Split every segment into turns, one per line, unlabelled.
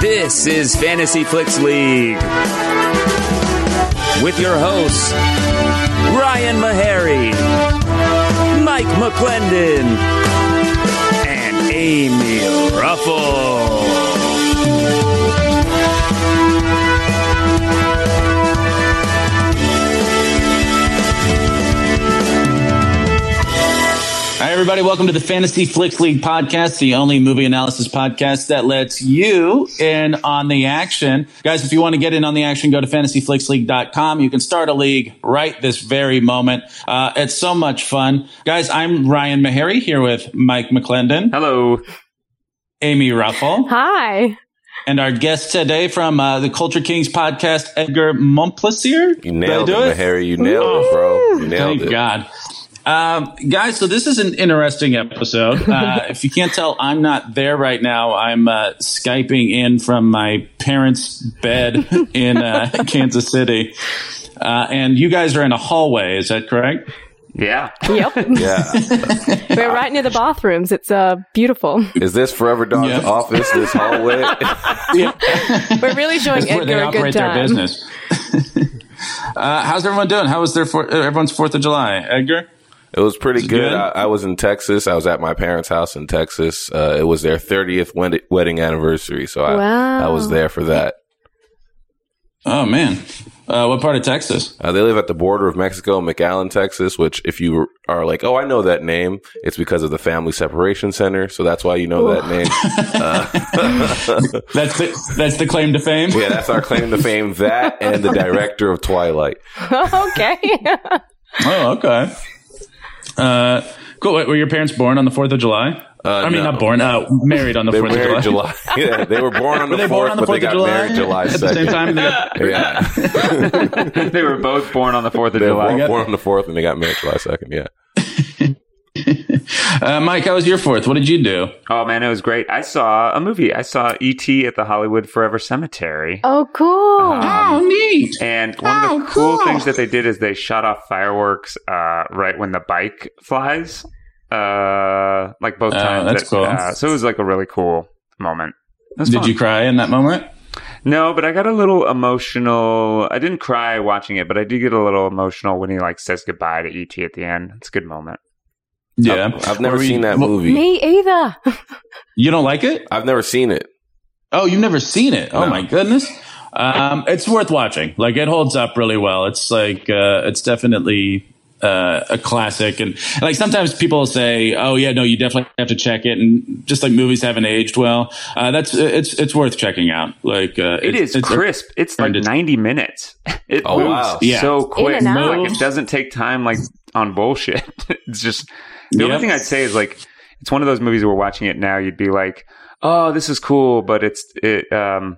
This is Fantasy Flicks League with your hosts, Ryan Meharry, Mike McClendon, and Amy Ruffle.
All right, everybody, welcome to the Fantasy Flicks League podcast, the only movie analysis podcast that lets you in on the action. Guys, if you want to get in on the action, go to fantasyflicksleague.com. You can start a league right this very moment. Uh, it's so much fun. Guys, I'm Ryan Meharry here with Mike McClendon,
Hello.
Amy Ruffle,
Hi.
and our guest today from uh, the Culture Kings podcast, Edgar Montplaisir.
You
Did I
nailed
do
it, Harry. You nailed it, bro. You nailed
Thank
it.
God. Um, guys, so this is an interesting episode. Uh, if you can't tell, I'm not there right now. I'm uh, Skyping in from my parents' bed in uh, Kansas City. Uh, and you guys are in a hallway, is that correct?
Yeah.
Yep.
Yeah.
We're right near the bathrooms. It's uh beautiful.
Is this Forever Dog's
Yeah.
office, this hallway?
Yeah,
We're really showing
where they
Edgar a
operate
good
their
time.
business. uh, how's everyone doing? How was their for- uh, everyone's Fourth of July, Edgar?
it was pretty good.
good?
I, I was in Texas. I was at my parents' house in Texas. Uh, it was their 30th wed- wedding anniversary. So I,
Wow.
I was there for that.
Oh man, uh, what part of Texas?
Uh, they live at the border of Mexico, McAllen, Texas, which if you are like, oh, I know that name, it's because of the Family Separation Center. So that's why you know that name. Uh,
That's the that's the claim to fame.
yeah, that's our claim to fame. That and the director of Twilight.
okay.
Oh, okay. Uh, cool. Wait, were your parents born on the Fourth of July? I mean,
no.
not born. Uh, married on the
They were
Fourth of
married
July.
July. Yeah, they were born on
Were
the
they born on
fourth,
the
but they
Fourth of
got
July
married July
at the same
second.
time? They got-
Yeah,
they were both born on the 4th of
they
July.
were born on the fourth, and they got married July second. Yeah,
uh, Mike, how was your Fourth? What did you do?
Oh man, it was great. I saw a movie. I saw E.T. at the Hollywood Forever Cemetery.
Oh, cool.
Oh, neat.
And one of the cool things that they did is they shot off fireworks uh, right when the bike flies, uh, like both
Oh,
times.
that's cool.
Uh, so it was like a really cool moment. It was
Did
fun.
you cry in that moment?
No, but I got a little emotional. I didn't cry watching it, but I did get a little emotional when he like says goodbye to E.T. at the end. It's a good moment.
Yeah,
I've, I've never
Were you-
seen that
well,
movie.
Me either.
You don't like it?
I've never seen it.
Oh, you've never seen it? Oh
No.
my goodness. Um, it's worth watching. Like it holds up really well. It's like uh, it's definitely uh, a classic. And like sometimes people say, "Oh yeah, no, you definitely have to check it." And just like movies haven't aged well, uh, that's it's it's worth checking out. Like uh,
It is
it's-
crisp. It's like
and it's-
90 minutes. It
Oh,
moves
wow.
Yeah.
so quick.
and out.
Like, it doesn't take time like on bullshit. it's just the
Yep.
only thing I'd say is like it's one of those movies we're watching it now you'd be like, "Oh, this is cool, but it's it um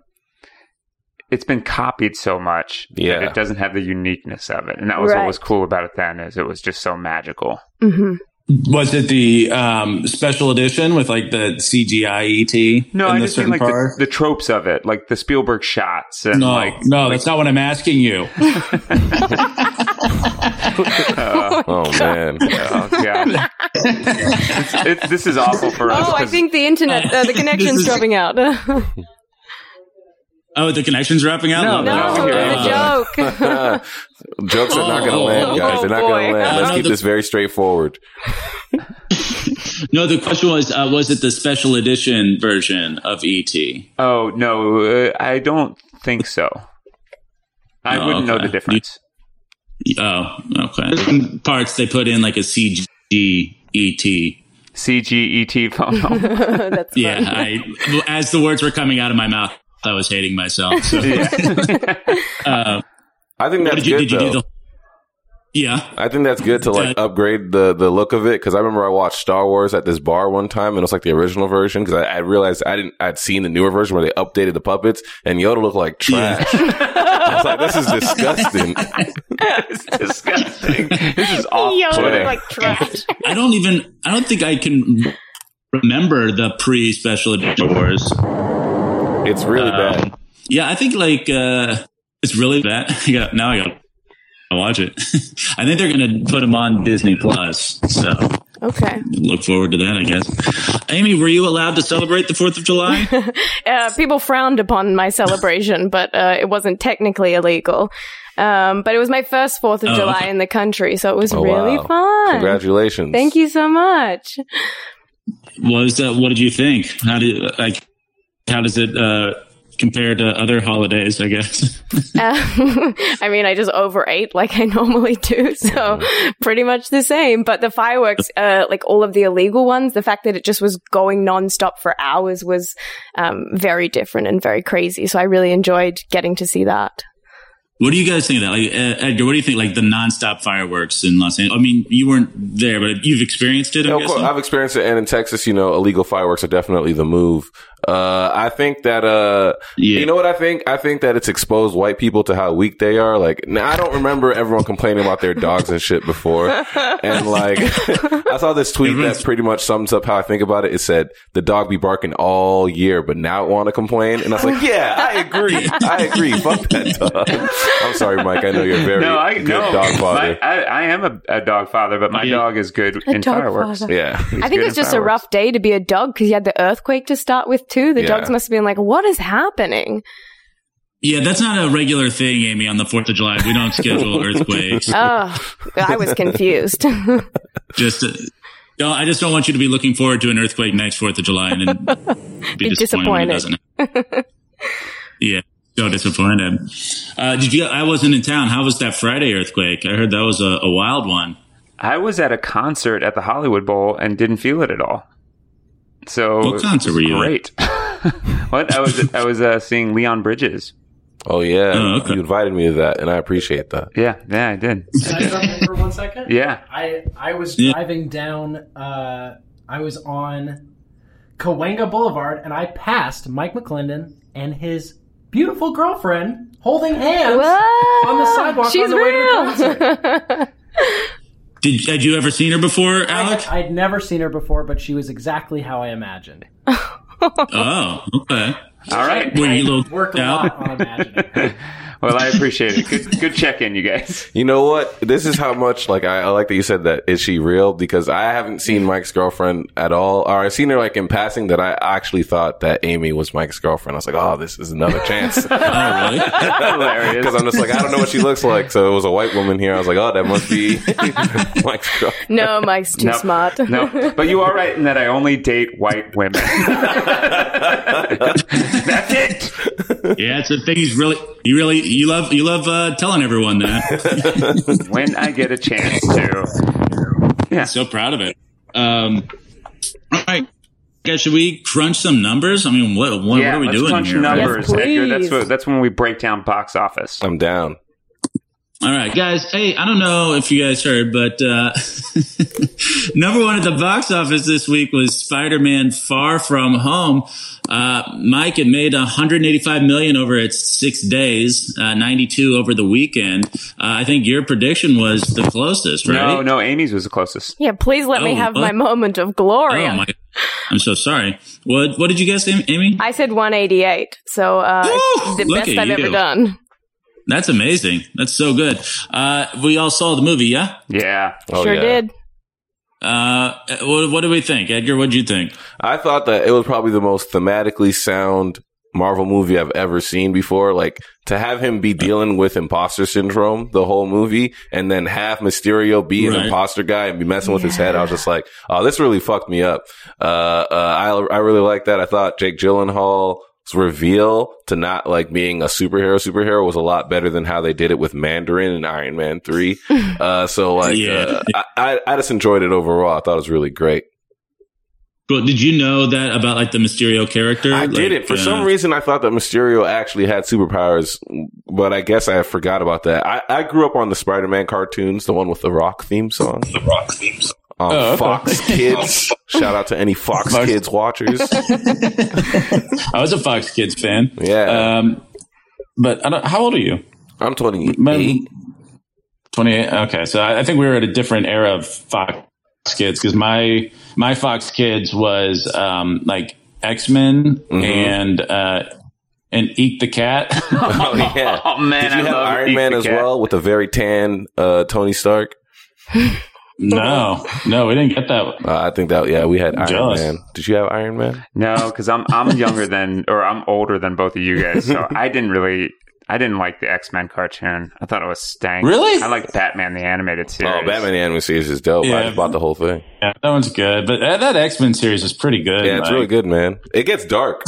it's been copied so much that
Yeah.
it doesn't have the uniqueness of it." And that was what was
Right.
cool about it then is it was just so magical.
hmm
Was it the um, special edition with like the CGI ET?
No,
in
I
the
just mean
certain
like the, the tropes of it, like the Spielberg shots and
no,
like
no, that's not what I'm asking you.
Oh man,
Oh god. It's- it's- this is awful for us.
Oh, I
'cause-
think the internet, uh, the connection's
This is-
dropping out. no,
Oh, the connection's wrapping out.
No, no.
it was a joke.
Ah, jokes are not going to
Oh,
land, guys. They're not going
boy.
to land. Let's keep this very straightforward.
No, the question was, uh, was it the special edition version of E ET?
Oh no, uh, I don't think so. I
Oh,
wouldn't know
okay.
the difference.
Oh, okay. Certain Parts they put in like a E CG ET.
CGET FOMO.
That's fun.
Yeah, I as the words were coming out of my mouth, I was hating myself. So, uh,
I think that's
did you
good
did you
though.
do the? Yeah.
I think that's good to like
Uh,
upgrade the the look of it because I remember I watched Star Wars at this bar one time and it was like the original version because I, I realized I didn't I'd seen the newer version where they updated the puppets and Yoda looked like
Yeah.
trash. I was like, this is disgusting.
it's disgusting. This is awful.
Yo,
Twitter.
like trash.
I don't even. I don't think I can remember the pre special edition wars.
It's really bad.
Yeah, I think like uh it's really bad. I got now I got to watch it. I think they're gonna put them on Disney Plus. So
Okay.
Look forward to that, I guess. Amy, were you allowed to celebrate the Fourth of July?
Uh, people frowned upon my celebration, but uh, it wasn't technically illegal. Um, but it was my first Fourth of
Oh,
July
okay.
in the country, so it was
Oh,
really
wow.
fun.
Congratulations.
Thank you so much.
Was that? What did you think? How did like? How does it uh, compare to other holidays? I guess.
Uh, I mean, I just overate like I normally do, so pretty much the same. But the fireworks, uh, like all of the illegal ones, the fact that it just was going nonstop for hours was um, very different and very crazy. So I really enjoyed getting to see that.
What do you guys think of that? Like, uh, Edgar, what do you think? Like the nonstop fireworks in Los Angeles. I mean, you weren't there, but you've experienced it. I'm
No, of course,
guessing?
I've experienced it, and in Texas, you know, illegal fireworks are definitely the move. Uh, I think that, uh,
Yeah.
you know what I think? I think that it's exposed white people to how weak they are. Like, now I don't remember everyone complaining about their dogs and shit before. And like, I saw this
Mm-hmm.
tweet that pretty much sums up how I think about it. It said, the dog be barking all year, but now it want to complain. And I was like, yeah, I agree. I agree. Fuck that dog. I'm sorry, Mike. I know you're a very
No, I
good
no.
dog father.
My- I, I am a, a dog father, but my
Yeah.
dog is good in
dog
fireworks.
father.
yeah.
I think
good
it's
in
just a
fireworks.
rough day to be a dog because you had the earthquake to start with too. The
Yeah.
dogs must have been like, "What is happening?"
yeah, that's not a regular thing, Amy. On the Fourth of July, we don't schedule earthquakes.
Oh, I was confused.
Just. Uh, no, I just don't want you to be looking forward to an earthquake next Fourth of July and then be,
Be
disappointed. When it
disappointed.
doesn't. yeah, so disappointed. Uh, did you? I wasn't in town. How was that Friday earthquake? I heard that was a, a wild one.
I was at a concert at the Hollywood Bowl and didn't feel it at all. So
What concert were you at?
Oh, Great. what I was I was uh, seeing Leon Bridges.
Oh yeah,
Oh, okay.
you invited me to that, and I appreciate that.
Yeah, yeah, I did.
Can I jump in for one second?
Yeah.
I I was
Yeah.
driving down. Uh, I was on Cahuenga Boulevard, and I passed Mike McClendon and his beautiful girlfriend holding hands
Whoa,
on the sidewalk
She's
on the
real.
way to the concert.
Did had you ever seen her before, Alec?
I'd never seen her before, but she was exactly how I imagined.
Oh, okay.
All right.
Were you a little
Work a
freaked out?
lot on imagining. her.
Well, I appreciate it. Good, good check in, you guys.
You know what? This is how much like I, I like that you said that. Is she real? Because I haven't seen Mike's girlfriend at all, or I've seen her like in passing. That I actually thought that Amy was Mike's girlfriend. I was like, oh, this is another chance. Because
Oh, really?
Hilarious.
I'm just like, I don't know what she looks like. So it was a white woman here. I was like, oh, that must be Mike's girlfriend.
no, Mike's too
No,
smart.
No, but you are right in that I only date white women. That's it.
Yeah, it's a thing. He's really, you really, you love, you love uh, telling everyone that.
When I get a chance to.
so proud of it. Um, all right, guys, should we crunch some numbers? I mean, what, what,
yeah,
what are we
let's
doing
crunch
here?
numbers,
Yes,
Edgar. That's
please.
what, that's when we break down box office.
I'm down.
All right, guys. Hey, I don't know if you guys heard, but uh, number one at the box office this week was Spider-Man: Far From Home. Uh, Mike, it made 185 million over its six days, uh, 92 over the weekend. Uh, I think your prediction was the closest, right?
No, no, Amy's was the closest.
Yeah, please let me
Oh,
have
what?
my moment of
Oh
glory.
my! I'm so sorry. What What did you guess, Am- Amy?
I said 188, so uh, it's
Woo!
the
Look
best
at
I've
you.
ever done.
That's amazing. That's so good. Uh, we all saw the movie, yeah.
Yeah.
Oh,
sure
yeah.
did.
Uh, what, what do we think, Edgar? What did you think?
I thought that it was probably the most thematically sound Marvel movie I've ever seen before. Like to have him be dealing with imposter syndrome the whole movie, and then have Mysterio be an
Right.
imposter guy and be messing with his head. I was just like, oh, this really fucked me up. Uh, uh, I I really like that. I thought Jake Gyllenhaal's reveal to not like being a superhero superhero was a lot better than how they did it with Mandarin and Iron Man three. uh, so like,
Yeah.
uh, I, I I just enjoyed it overall. I thought it was really great.
Well, did you know that about like the Mysterio character?
I did
Like,
it. For
uh,
some reason, I thought that Mysterio actually had superpowers, but I guess I forgot about that. I, I grew up on the Spider Man cartoons, the one with the rock theme song. The rock theme song. Um, Fox Kids. Shout out to any Fox,
Fox-
Kids watchers.
I was a Fox Kids fan.
Yeah.
Um, but I don't, how old are you?
I'm 28.
My- 28. Okay. So I, I think we were at a different era of Fox Kids because my, my Fox Kids was um, like X Men
Mm-hmm.
and, uh, and Eat the Cat.
Oh, yeah.
Oh man,
Did you
I
have
love
Iron
Eat
Man
the
as
Cat.
well with a very tan uh, Tony Stark?
No, no, we didn't get that.
Uh, I think that yeah, we had Iron
Jealous.
Man. Did you have Iron Man?
No, because I'm I'm younger than or I'm older than both of you guys, so I didn't really I didn't like the X Men cartoon. I thought it was stank.
Really?
I like Batman the animated series.
Oh, Batman the Animated Series is dope. I
Yeah.
just bought the whole thing.
Yeah, that one's good, but that, that X Men series is pretty good.
Yeah, it's
like-
really good, man. It gets dark.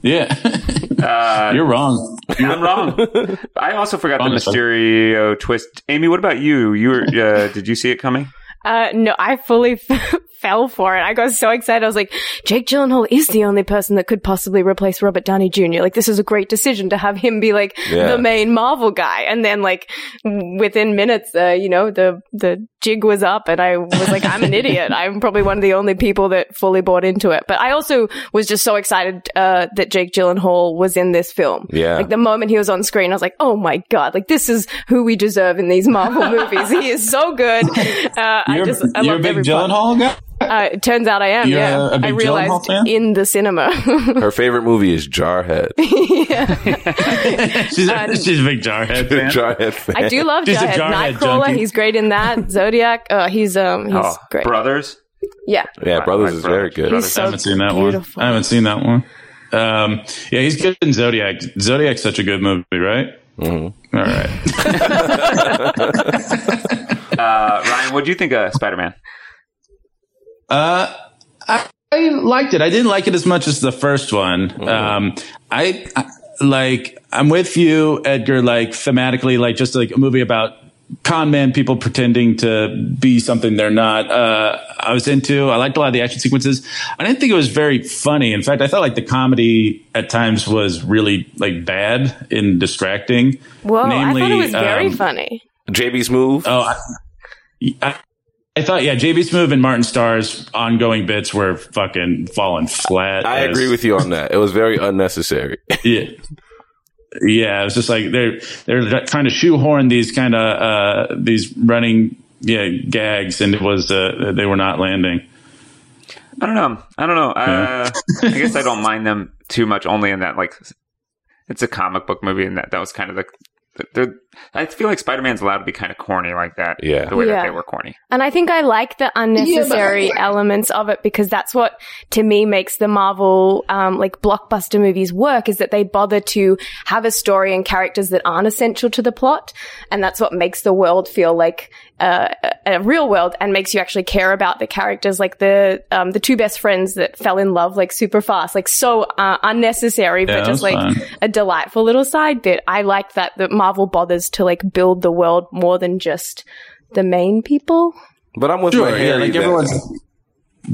Yeah,
Uh,
you're wrong.
I'm wrong. I also forgot the
Honestly.
Mysterio twist. Amy, what about you? You were uh, did you see it coming?
Uh, no, I fully fell for it. I got so excited. I was like, Jake Gyllenhaal is the only person that could possibly replace Robert Downey Jr. Like, this is a great decision to have him be like
Yeah.
the main Marvel guy. And then, like, w- within minutes, uh, you know, the, the jig was up and I was like, I'm an idiot. I'm probably one of the only people that fully bought into it. But I also was just so excited, uh, that Jake Gyllenhaal was in this film.
Yeah.
Like, the moment he was on screen, I was like, oh my God, like, this is who we deserve in these Marvel movies. He is so good. Uh, I
You're,
just I
you're a
loved
big
every part.
Gyllenhaal guy.
Uh, it turns out I am.
You're
yeah,
a- a
I
big Gyllenhaal
realized
fan?
in the cinema.
Her favorite movie is Jarhead.
she's, a, she's a big jarhead fan.
Jarhead fan.
I do love
She's a
Jarhead.
Jarhead
Nightcrawler,
junkie.
he's great in that. Zodiac, uh, he's um, he's
oh,
great.
brothers.
Yeah,
Yeah,
I
Brothers
like
is very
Brothers.
good.
he's so
I haven't seen that
beautiful.
one. I haven't seen that one. Um, yeah, he's good in Zodiac. Zodiac's such a good movie, right? Mm-hmm. right.
Uh, Ryan, what do you think of Spider Man?
Uh, I, I liked it. I didn't like it as much as the first
Mm-hmm.
one. Um, I, I like. I'm with you, Edgar. Like thematically, like just like a movie about con man people pretending to be something they're not. Uh, I was into. I liked a lot of the action sequences. I didn't think it was very funny. In fact, I felt like the comedy at times was really like bad and distracting.
Whoa, I thought it was very
um,
funny.
JB's move.
Oh, I, I, I thought yeah, JB Smoove and Martin Starr's ongoing bits were fucking falling flat.
I agree with you on that. It was very unnecessary.
yeah. Yeah, it's just like they're they're trying to shoehorn these kind of uh, these running yeah gags, and it was uh, they were not landing.
I don't know. I don't know. Uh, I guess I don't mind them too much. Only in that, like, it's a comic book movie, and that that was kind of the. the I feel like Spider Man's allowed to be kind of corny like that.
Yeah.
the way
Yeah.
that they were corny.
And I think I like the unnecessary elements of it because that's what to me makes the Marvel um, like blockbuster movies work is that they bother to have a story and characters that aren't essential to the plot, and that's what makes the world feel like uh, a a real world and makes you actually care about the characters, like the um, the two best friends that fell in love like super fast, like so uh, unnecessary,
Yeah,
but
that's
just like
fine.
a delightful little side bit. I like that that Marvel bothers to like build the world more than just. The main people.
But I'm with my
yeah,
Harry.
like
that-
everyone's.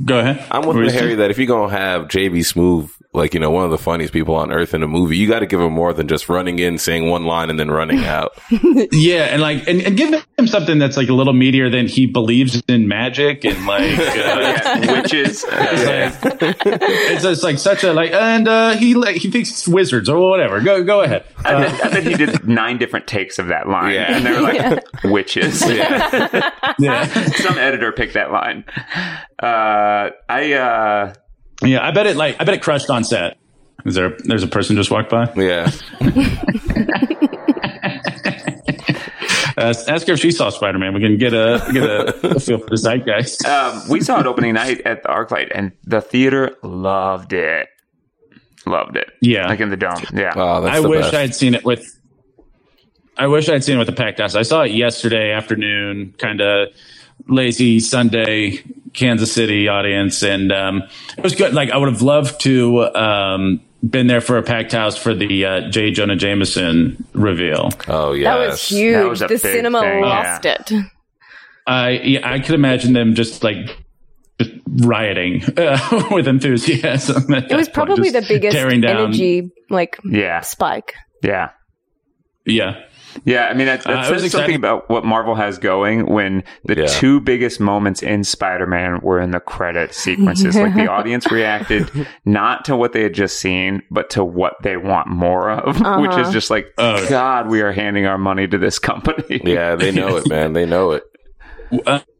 Go ahead.
I'm with
What were
my
you
Harry
saying?
that if you're gonna have JB Smoove, like you know, one of the funniest people on earth in a movie, you got to give him more than just running in, saying one line, and then running out.
Yeah, and like and, and give him something that's like a little meatier than he believes in magic and like. Uh,
Yeah, witches.
Uh-huh.
It's like- it's just like such a like, and uh, he like he thinks it's wizards or whatever. Go go ahead. Uh,
I bet- I bet he did nine different takes of that line,
Yeah.
and they were like witches.
Yeah,
Some editor picked that line. Uh, I uh,
yeah. I bet it like I bet it crushed on set. Is there? There's a person just walked by.
Yeah,
Uh, ask her if she saw Spider Man. We can get a get a, a feel for the zeitgeist.
um, we saw it opening night at the ArcLight, and the theater loved it. Loved it.
Yeah.
like in the dome. Yeah.
oh, that's
I
the
wish
best.
I had seen it with. I wish I had seen it with a packed house. I saw it yesterday afternoon, kind of lazy Sunday Kansas City audience, and um, it was good. Like I would have loved to um, been there for a packed house for the uh, J Jonah Jameson reveal.
oh yeah,
That was huge.
That was a
the
big
cinema
thing, yeah.
lost it.
I yeah, I could imagine them just like just rioting uh, with enthusiasm. at
It was
that point,
probably the
just
biggest
tearing down.
energy like
Yeah.
spike.
Yeah.
Yeah,
Yeah. I mean, that,
Uh,
that
it
says
was
something
exciting.
about what Marvel has going when the
Yeah.
two biggest moments in Spider Man were in the credit sequences. Like the audience reacted not to what they had just seen, but to what they want more of, which is just like,
Oh.
God, we are handing our money to this company.
Yeah, they know it, man. They know it.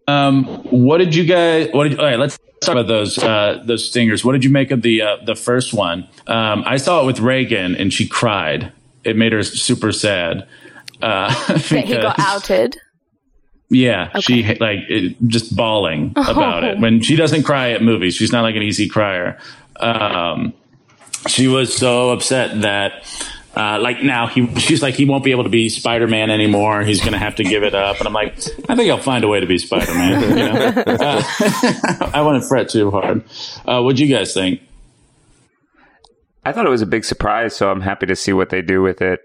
Um, what did you guys? What did? All right, let's talk about those uh, those stingers. What did you make of the uh, the first one? Um, I saw it with Reagan, and she cried. It made her super sad. Uh,
That he got outed.
Yeah, she like it, just bawling about it when she doesn't cry at movies. She's not like an easy crier. Um, she was so upset that uh, like now he she's like he won't be able to be Spider Man anymore. He's gonna have to give it up. And I'm like, I think I'll find a way to be Spider Man. You know? Uh, I wouldn't fret too hard. Uh, what'd you guys think?
I thought it was a big surprise, so I'm happy to see what they do with it.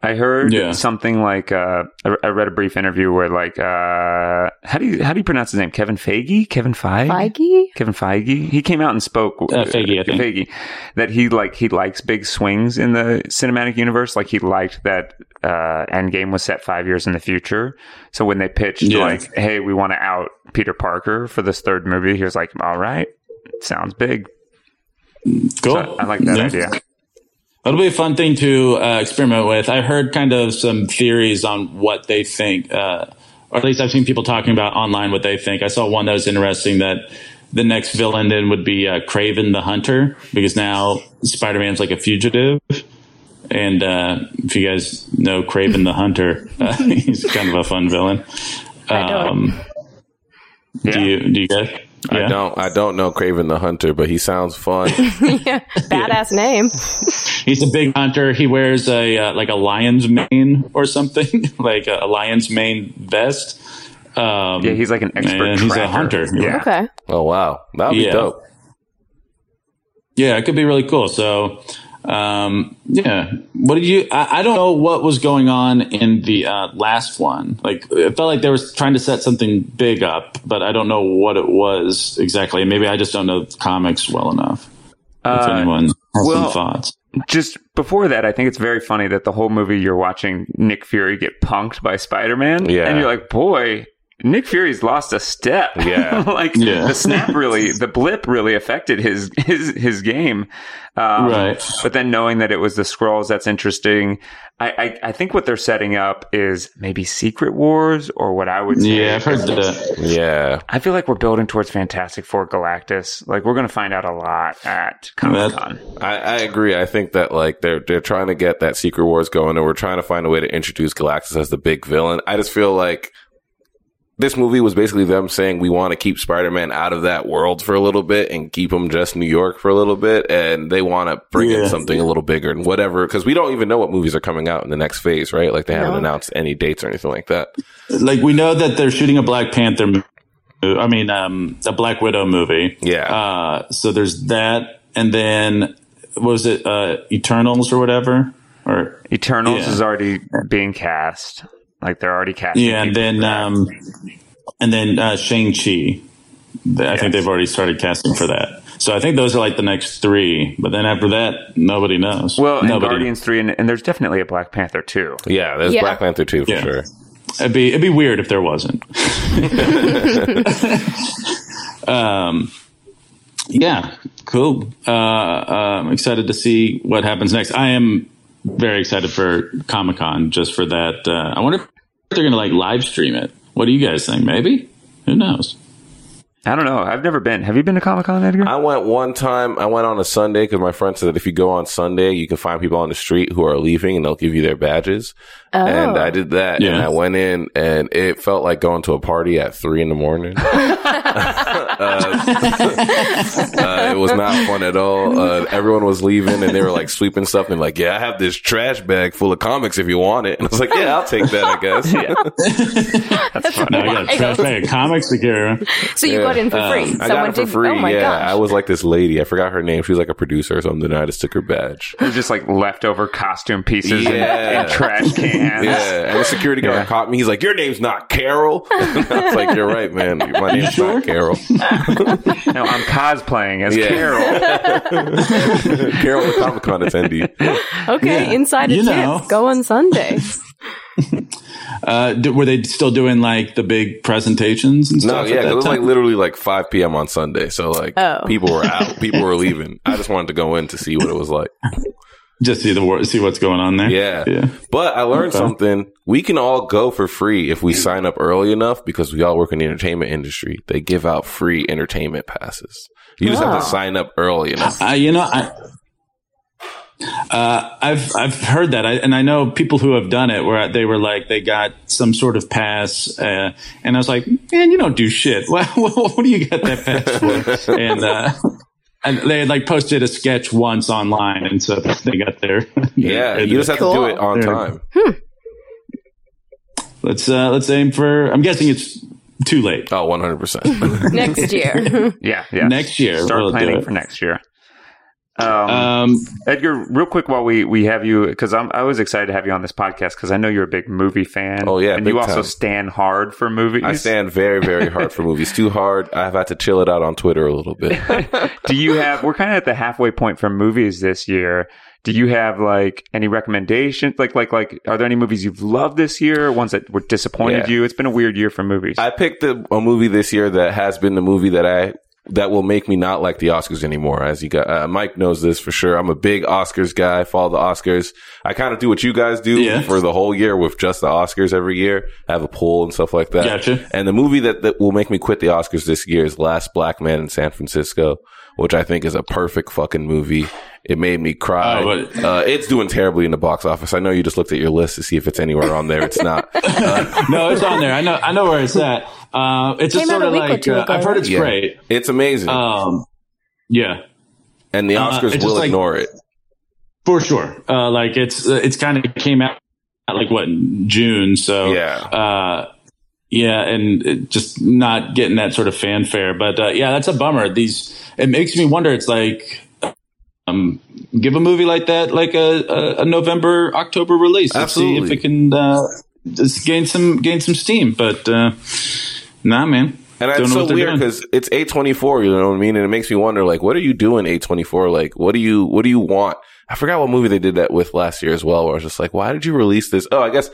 I heard
Yeah.
something like uh, I I read a brief interview where like uh, how do you how do you pronounce his name? Kevin Feige, Kevin Feige,
Feige?
Kevin Feige. He came out and spoke
Uh, Feige, I think.
Feige, that he like he likes big swings in the cinematic universe. Like he liked that uh, Endgame was set five years in the future. So when they pitched
Yeah.
like, "Hey, we want to out Peter Parker for this third movie," he was like, "All right, sounds big."
Cool.
So I like that
Yeah.
idea.
It'll be a fun thing to uh, experiment with. I heard kind of some theories on what they think, uh, or at least I've seen people talking about online what they think. I saw one that was interesting that the next villain then would be uh, Craven the Hunter because now Spider Man's like a fugitive. And uh, if you guys know Craven the Hunter, uh, he's kind of a fun villain.
don't.
Um,
Yeah.
do you? Do you guys?
I don't. I don't know Craven the Hunter, but he sounds fun.
yeah, badass name.
He's a big hunter. He wears a uh, like a lion's mane or something, like a, a lion's mane vest. Um,
Yeah, he's like an expert.
and he's a
tracker.
hunter.
Yeah.
Okay.
Oh wow, that'd be
Yeah.
dope.
yeah, it could be really cool. So, um, yeah, what did you? I, I don't know what was going on in the uh, last one. Like, it felt like they were trying to set something big up, but I don't know what it was exactly. Maybe I just don't know comics well enough. if
Uh,
anyone has
well-
some thoughts,
just before that, I think it's very funny that the whole movie you're watching Nick Fury get punked by Spider Man.
Yeah.
And you're like, boy, Nick Fury's lost a step.
Yeah.
like
Yeah.
the snap really the blip really affected his his his game. Um,
Right.
But then knowing that it was the scrolls, that's interesting. I, I, I think what they're setting up is maybe Secret Wars or what I would say
yeah, I've heard that.
Yeah,
I feel like we're building towards Fantastic Four Galactus. Like we're gonna find out a lot at Comic Con.
I, I agree. I think that like they're they're trying to get that Secret Wars going, and we're trying to find a way to introduce Galactus as the big villain. I just feel like this movie was basically them saying we want to keep Spider Man out of that world for a little bit and keep him just New York for a little bit, and they want to bring
Yeah.
in something a little bigger and whatever because we don't even know what movies are coming out in the next phase, right? Like they haven't
No.
announced any dates or anything like that.
like we know that they're shooting a Black Panther. mo- I mean, um, a Black Widow movie.
Yeah.
Uh, so there's that, and then what was it uh, Eternals or whatever? Or
Eternals
Yeah.
is already being cast. Like they're already casting.
yeah, and
people for
then
that.
um, and then uh, Shang Chi. I
Yes.
think they've already started casting for that. So I think those are like the next three. But then after that, nobody knows.
well, and
nobody.
Guardians three, and, and there's definitely a Black Panther too.
Yeah, there's
Yeah.
Black Panther too for
Yeah.
sure.
It'd be it'd be weird if there wasn't. um, Um, yeah, cool. Uh, uh, I'm excited to see what happens next. I am very excited for Comic Con just for that. Uh, I wonder if they're gonna like live stream it. What do you guys think? Maybe. Who knows?
I don't know. I've never been. Have you been to Comic Con, Edgar?
I went one time. I went on a Sunday because my friend said that if you go on Sunday, you can find people on the street who are leaving and they'll give you their badges. And
Oh.
I did that, and
Yeah.
I went in, and it felt like going to a party at three in the morning. uh, uh, it was not fun at all. Uh, everyone was leaving, and they were like sweeping stuff, and like, yeah, I have this trash bag full of comics if you want it. And I was like, yeah, I'll take that, I guess.
Oh, Now I got a trash bag of comics to carry. around.
So you got in for free.
Uh, Um, I got it for free.
Oh my
yeah,
gosh.
I was like this lady. I forgot her name. She was like a producer or something. And I just took her badge.
They're just like leftover costume pieces and-
Yeah.
and, trash cans.
Yeah, and the security guard caught me. He's like, "Your name's not Carol." I was like, "You're right, man. My name's not Carol.
No, I'm cosplaying as
Yeah.
Carol.
Carol, the Comic Con attendee."
okay,
Yeah.
insider
You
tips.
know.
Go on Sunday.
Uh, do, were they still doing like the big presentations and
No,
stuff? at
yeah,
that
it was like
time?
literally like 5 p.m. on Sunday, so like
Oh.
people were out, people were leaving. I just wanted to go in to see what it was like.
just see the wor- see what's going on there.
Yeah,
yeah.
but I learned something. We can all go for free if we sign up early enough because we all work in the entertainment industry. They give out free entertainment passes. You just have to sign up early enough.
I, you know, I, Uh, I've I've heard that, I, and I know people who have done it where they were like they got some sort of pass, uh, and I was like, man, you don't do shit. What, what, what do you got that pass for? and uh, and they had like posted a sketch once online, and so they got their
Yeah, you just have to do it on time.
let's uh, let's aim for. I'm guessing it's too late.
Oh, 100%.
next year.
Yeah, yeah.
Next year,
Start
we'll do
planning
it.
for next year.
Um,
Edgar, real quick while we, we have you, because I'm I was excited to have you on this podcast because I know you're a big movie fan.
Oh, yeah,
and
big
you also
time.
stand hard for movies.
I stand very, very hard for movies. Too hard. I've had to chill it out on Twitter a little bit.
Do you have? We're kind of at the halfway point for movies this year. Do you have like any recommendations? Like like like, are there any movies you've loved this year? Ones that were disappointed
Yeah.
you? It's been a weird year for movies.
I picked a, a movie this year that has been the movie that I that will make me not like the Oscars anymore. As you got, uh, Mike knows this for sure. I'm a big Oscars guy. I follow the Oscars. I kind of do what you guys do
Yeah.
for the whole year with just the Oscars every year. I have a poll and stuff like that.
Gotcha.
And the movie that, that will make me quit the Oscars this year is Last Black Man in San Francisco, which I think is a perfect fucking movie. It made me cry.
Oh, but-
uh, it's doing terribly in the box office. I know you just looked at your list to see if it's anywhere on there. It's not.
no, it's on there. I know. I know where it's at. Uh, it's
Came
just sort
out a
of
week or
like
two
uh,
ago,
I've heard it's
Yeah.
great.
It's amazing.
Um, yeah,
and the Oscars
uh, it's just
will
like-
ignore it.
for sure. Uh, like it's uh, it's kind of came out at, like what in June. So
Yeah.
uh, yeah, and it just not getting that sort of fanfare. But uh, yeah, that's a bummer. These it makes me wonder. It's like. Um, give a movie like that, like a, a, a November October release, and see if
Absolutely.
it can uh, just gain some gain some steam. But uh, nah, man,
And
Don't
it's
know
so
what they're
weird
doing.
because it's A twenty four. You know what I mean? And it makes me wonder, like, what are you doing A twenty four? Like, what do you what do you want? I forgot what movie they did that with last year as well. Where I was just like, why did you release this? Oh, I guess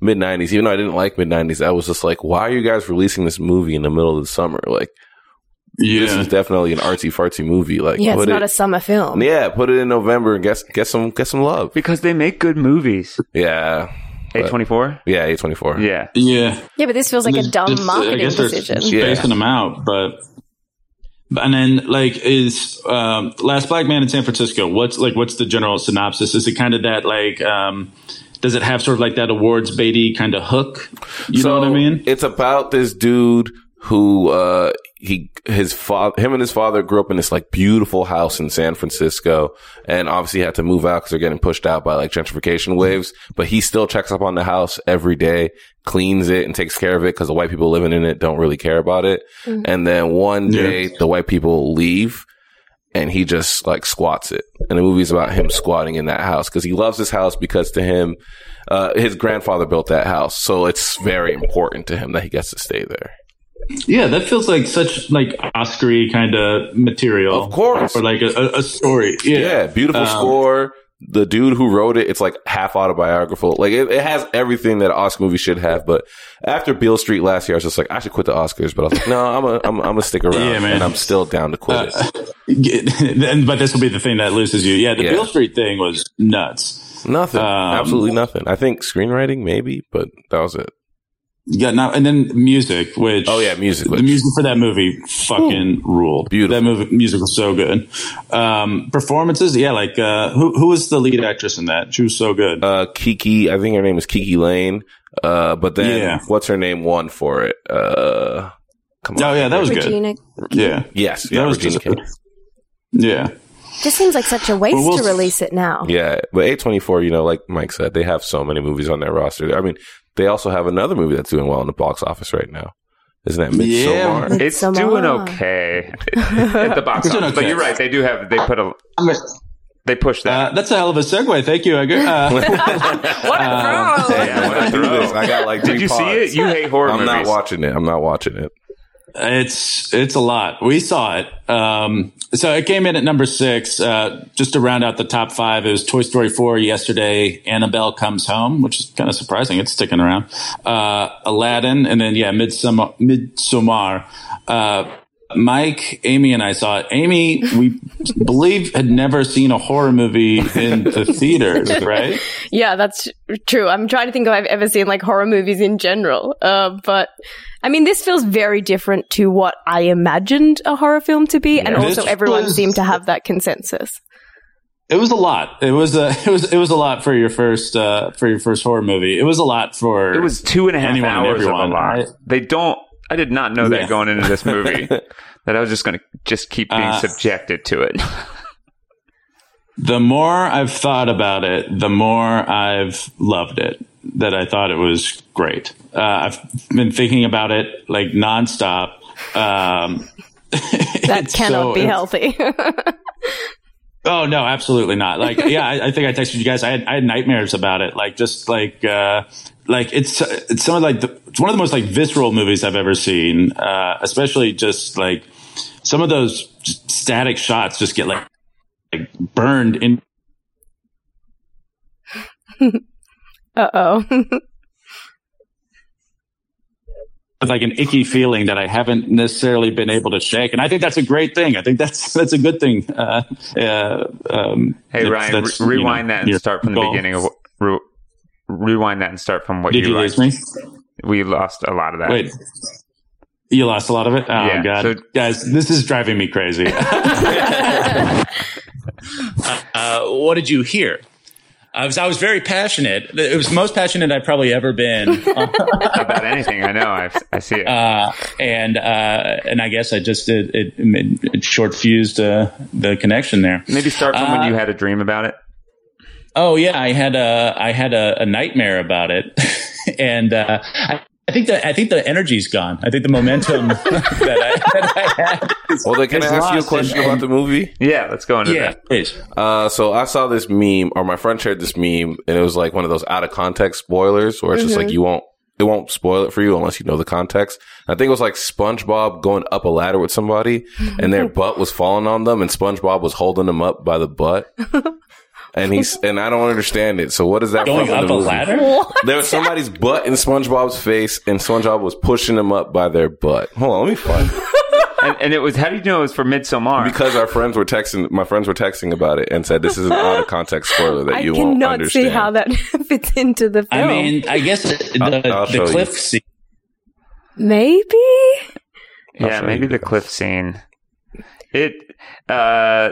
mid nineties. Even though I didn't like mid nineties, I was just like, why are you guys releasing this movie in the middle of the summer? Like, this
yeah,
is definitely an artsy fartsy movie. Like,
Yeah, it's
put
not a
it,
summer film.
yeah, put it in November and get get some get some love.
because they make good movies.
Yeah,
A twenty four.
yeah, A twenty four.
Yeah.
yeah.
Yeah, but this feels like a
Just-
dumb
just, uh, I
marketing
guess they're
decision.
spacing them out, but and then like is um, Last Black Man in San Francisco. What's like what's the general synopsis? Is it kind of that like um, does it have sort of like that awards baity kind of hook? You know what I mean?
It's about this dude who uh he his father him and his father grew up in this like beautiful house in San Francisco and obviously had to move out cuz they're getting pushed out by like gentrification waves but he still checks up on the house every day cleans it and takes care of it cuz the white people living in it don't really care about it and then one
Yeah.
day the white people leave and he just like squats it. And the movie's about him squatting in that house because he loves this house because to him, uh, his grandfather built that house. So it's very important to him that he gets to stay there.
Yeah, that feels like such like Oscary kind of Um, material,
Of course.
or like a, a, a story.
Yeah. beautiful score. The dude who wrote it, it's like half autobiographical. Like it, it has everything that an Oscar movie should have. But after Beale Street last year, I was just like, I should quit the Oscars. But I was like, no, I'm a, I'm, a- I'm gonna stick around,
Yeah, man. Uh,
and I'm still down to quit it.
and, but this will be the thing that loses you. Yeah, the
Yeah.
Beale Street thing was nuts.
Nothing,
Um,
absolutely nothing. I think screenwriting maybe, but that was it.
Yeah, now and then music, which
Oh, yeah, music,
the
which-
music for that movie fucking ruled.
Beautiful.
that movie music was so good. Um, performances, yeah, like uh, who who was the lead actress in that? She was so good.
uh, Kiki. I think her name is Kiki Lane. Uh, but then
Yeah.
what's her name won for it? Uh, come on.
oh yeah, that was good.
Regina
Yeah,
Yes,
that
yeah,
was
Regina
just good.
King.
yeah.
just seems like such a waste
Well, we'll-
to release it now.
Yeah, but A twenty four. You know, like Mike said, they have so many movies on their roster. I mean, they also have another movie that's doing well in the box office right now. Isn't that
Yeah.
Midsommar?
It's
Midsommar.
doing okay at the box
It's doing
office, but
okay.
you're right. They do have they put a they push that.
Uh, that's a hell of a segue. Thank you, Edgar. Uh,
What a pro!
Yeah, what a
I do
throw.
this. I got like.
Did
three
you see
pods.
it? You hate horror
Uh, I'm
movies.
not watching it. I'm not watching it.
it's it's a lot. We saw it. Um, so it came in at number six. Uh, just to round out the top five, it was Toy Story four yesterday. Annabelle comes home, which is kind of surprising. It's sticking around. Uh, Aladdin, and then yeah, Midsummer. Midsummer. Uh, Mike, Amy, and I saw it. Amy, we believe had never seen a horror movie in the theaters, right?
Yeah, that's true. I'm trying to think if I've ever seen like horror movies in general. Uh, but I mean, this feels very different to what I imagined a horror film to be. And
Yeah.
also
This
everyone
was-
seemed to have that consensus.
It was a lot. It was a it was it was a lot for your first uh, for your first horror movie. It was a lot for
It was two and a half
Anyone and
hours of a
everyone,
lot.
right?
They don't. I did not know
Yeah.
that going into this movie that I was just going to just keep being
Uh,
subjected to it.
the more I've thought about it, the more I've loved it. That I thought it was great. Uh, I've been thinking about it like nonstop. Um,
That cannot be
helped.
healthy.
Oh no, absolutely not. Like, yeah, I, I think I texted you guys. I had, I had nightmares about it. Like, just like, uh, like it's it's some of like the, it's one of the most like visceral movies I've ever seen. Uh, especially just like some of those just static shots just get like like burned in.
uh oh.
with like an icky feeling that I haven't necessarily been able to shake, and I think that's a great thing. I think that's that's a good thing. Uh, uh, um,
hey
that's-
Ryan,
that's,
re-
you know,
rewind that and
your
start from the
goal.
beginning of. what- Re- rewind that and start from what
Did you
liked.
lose me?
We lost a lot of that.
Wait. You lost a lot of it? Oh,
Yeah,
God.
so-
Guys, this is driving me crazy. uh, what did you hear? I was, I was very passionate. It was the most passionate I've probably ever been.
about anything. I know. I, I see it.
Uh, and, uh, and I guess I just, it, it, it short fused uh, the connection there.
Maybe start from
uh,
when you had a dream about it.
Oh yeah, I had a I had a, a nightmare about it, and uh, I, I think the I think the energy's gone. I think the momentum that, I, that I had. is-
Well, then can I
is
ask you a
lost
question
and-
about the movie?
Yeah, let's go into
Yeah,
that.
please.
Uh, so I saw this meme, or my friend shared this meme, and it was like one of those out of context spoilers where it's just like you won't, it won't spoil it for you unless you know the context. I think it was like SpongeBob going up a ladder with somebody, and their butt was falling on them, and SpongeBob was holding them up by the butt. And he's and I don't understand it. So what is that
Going
from in
up
the
a
movie?
ladder.
There was somebody's butt in SpongeBob's face, and SpongeBob was pushing them up by their butt. Hold on, let me find. it.
And, and it was how do you know it was for Midsommar?
because our friends were texting my friends were texting about it and said this is an out of context spoiler that
I
you won't
cannot
understand.
see how that fits into the film.
I mean, I guess the,
I'll- I'll show
the
you.
cliff scene.
Maybe.
yeah,
sure
maybe
you
the
did.
cliff scene. It. Uh,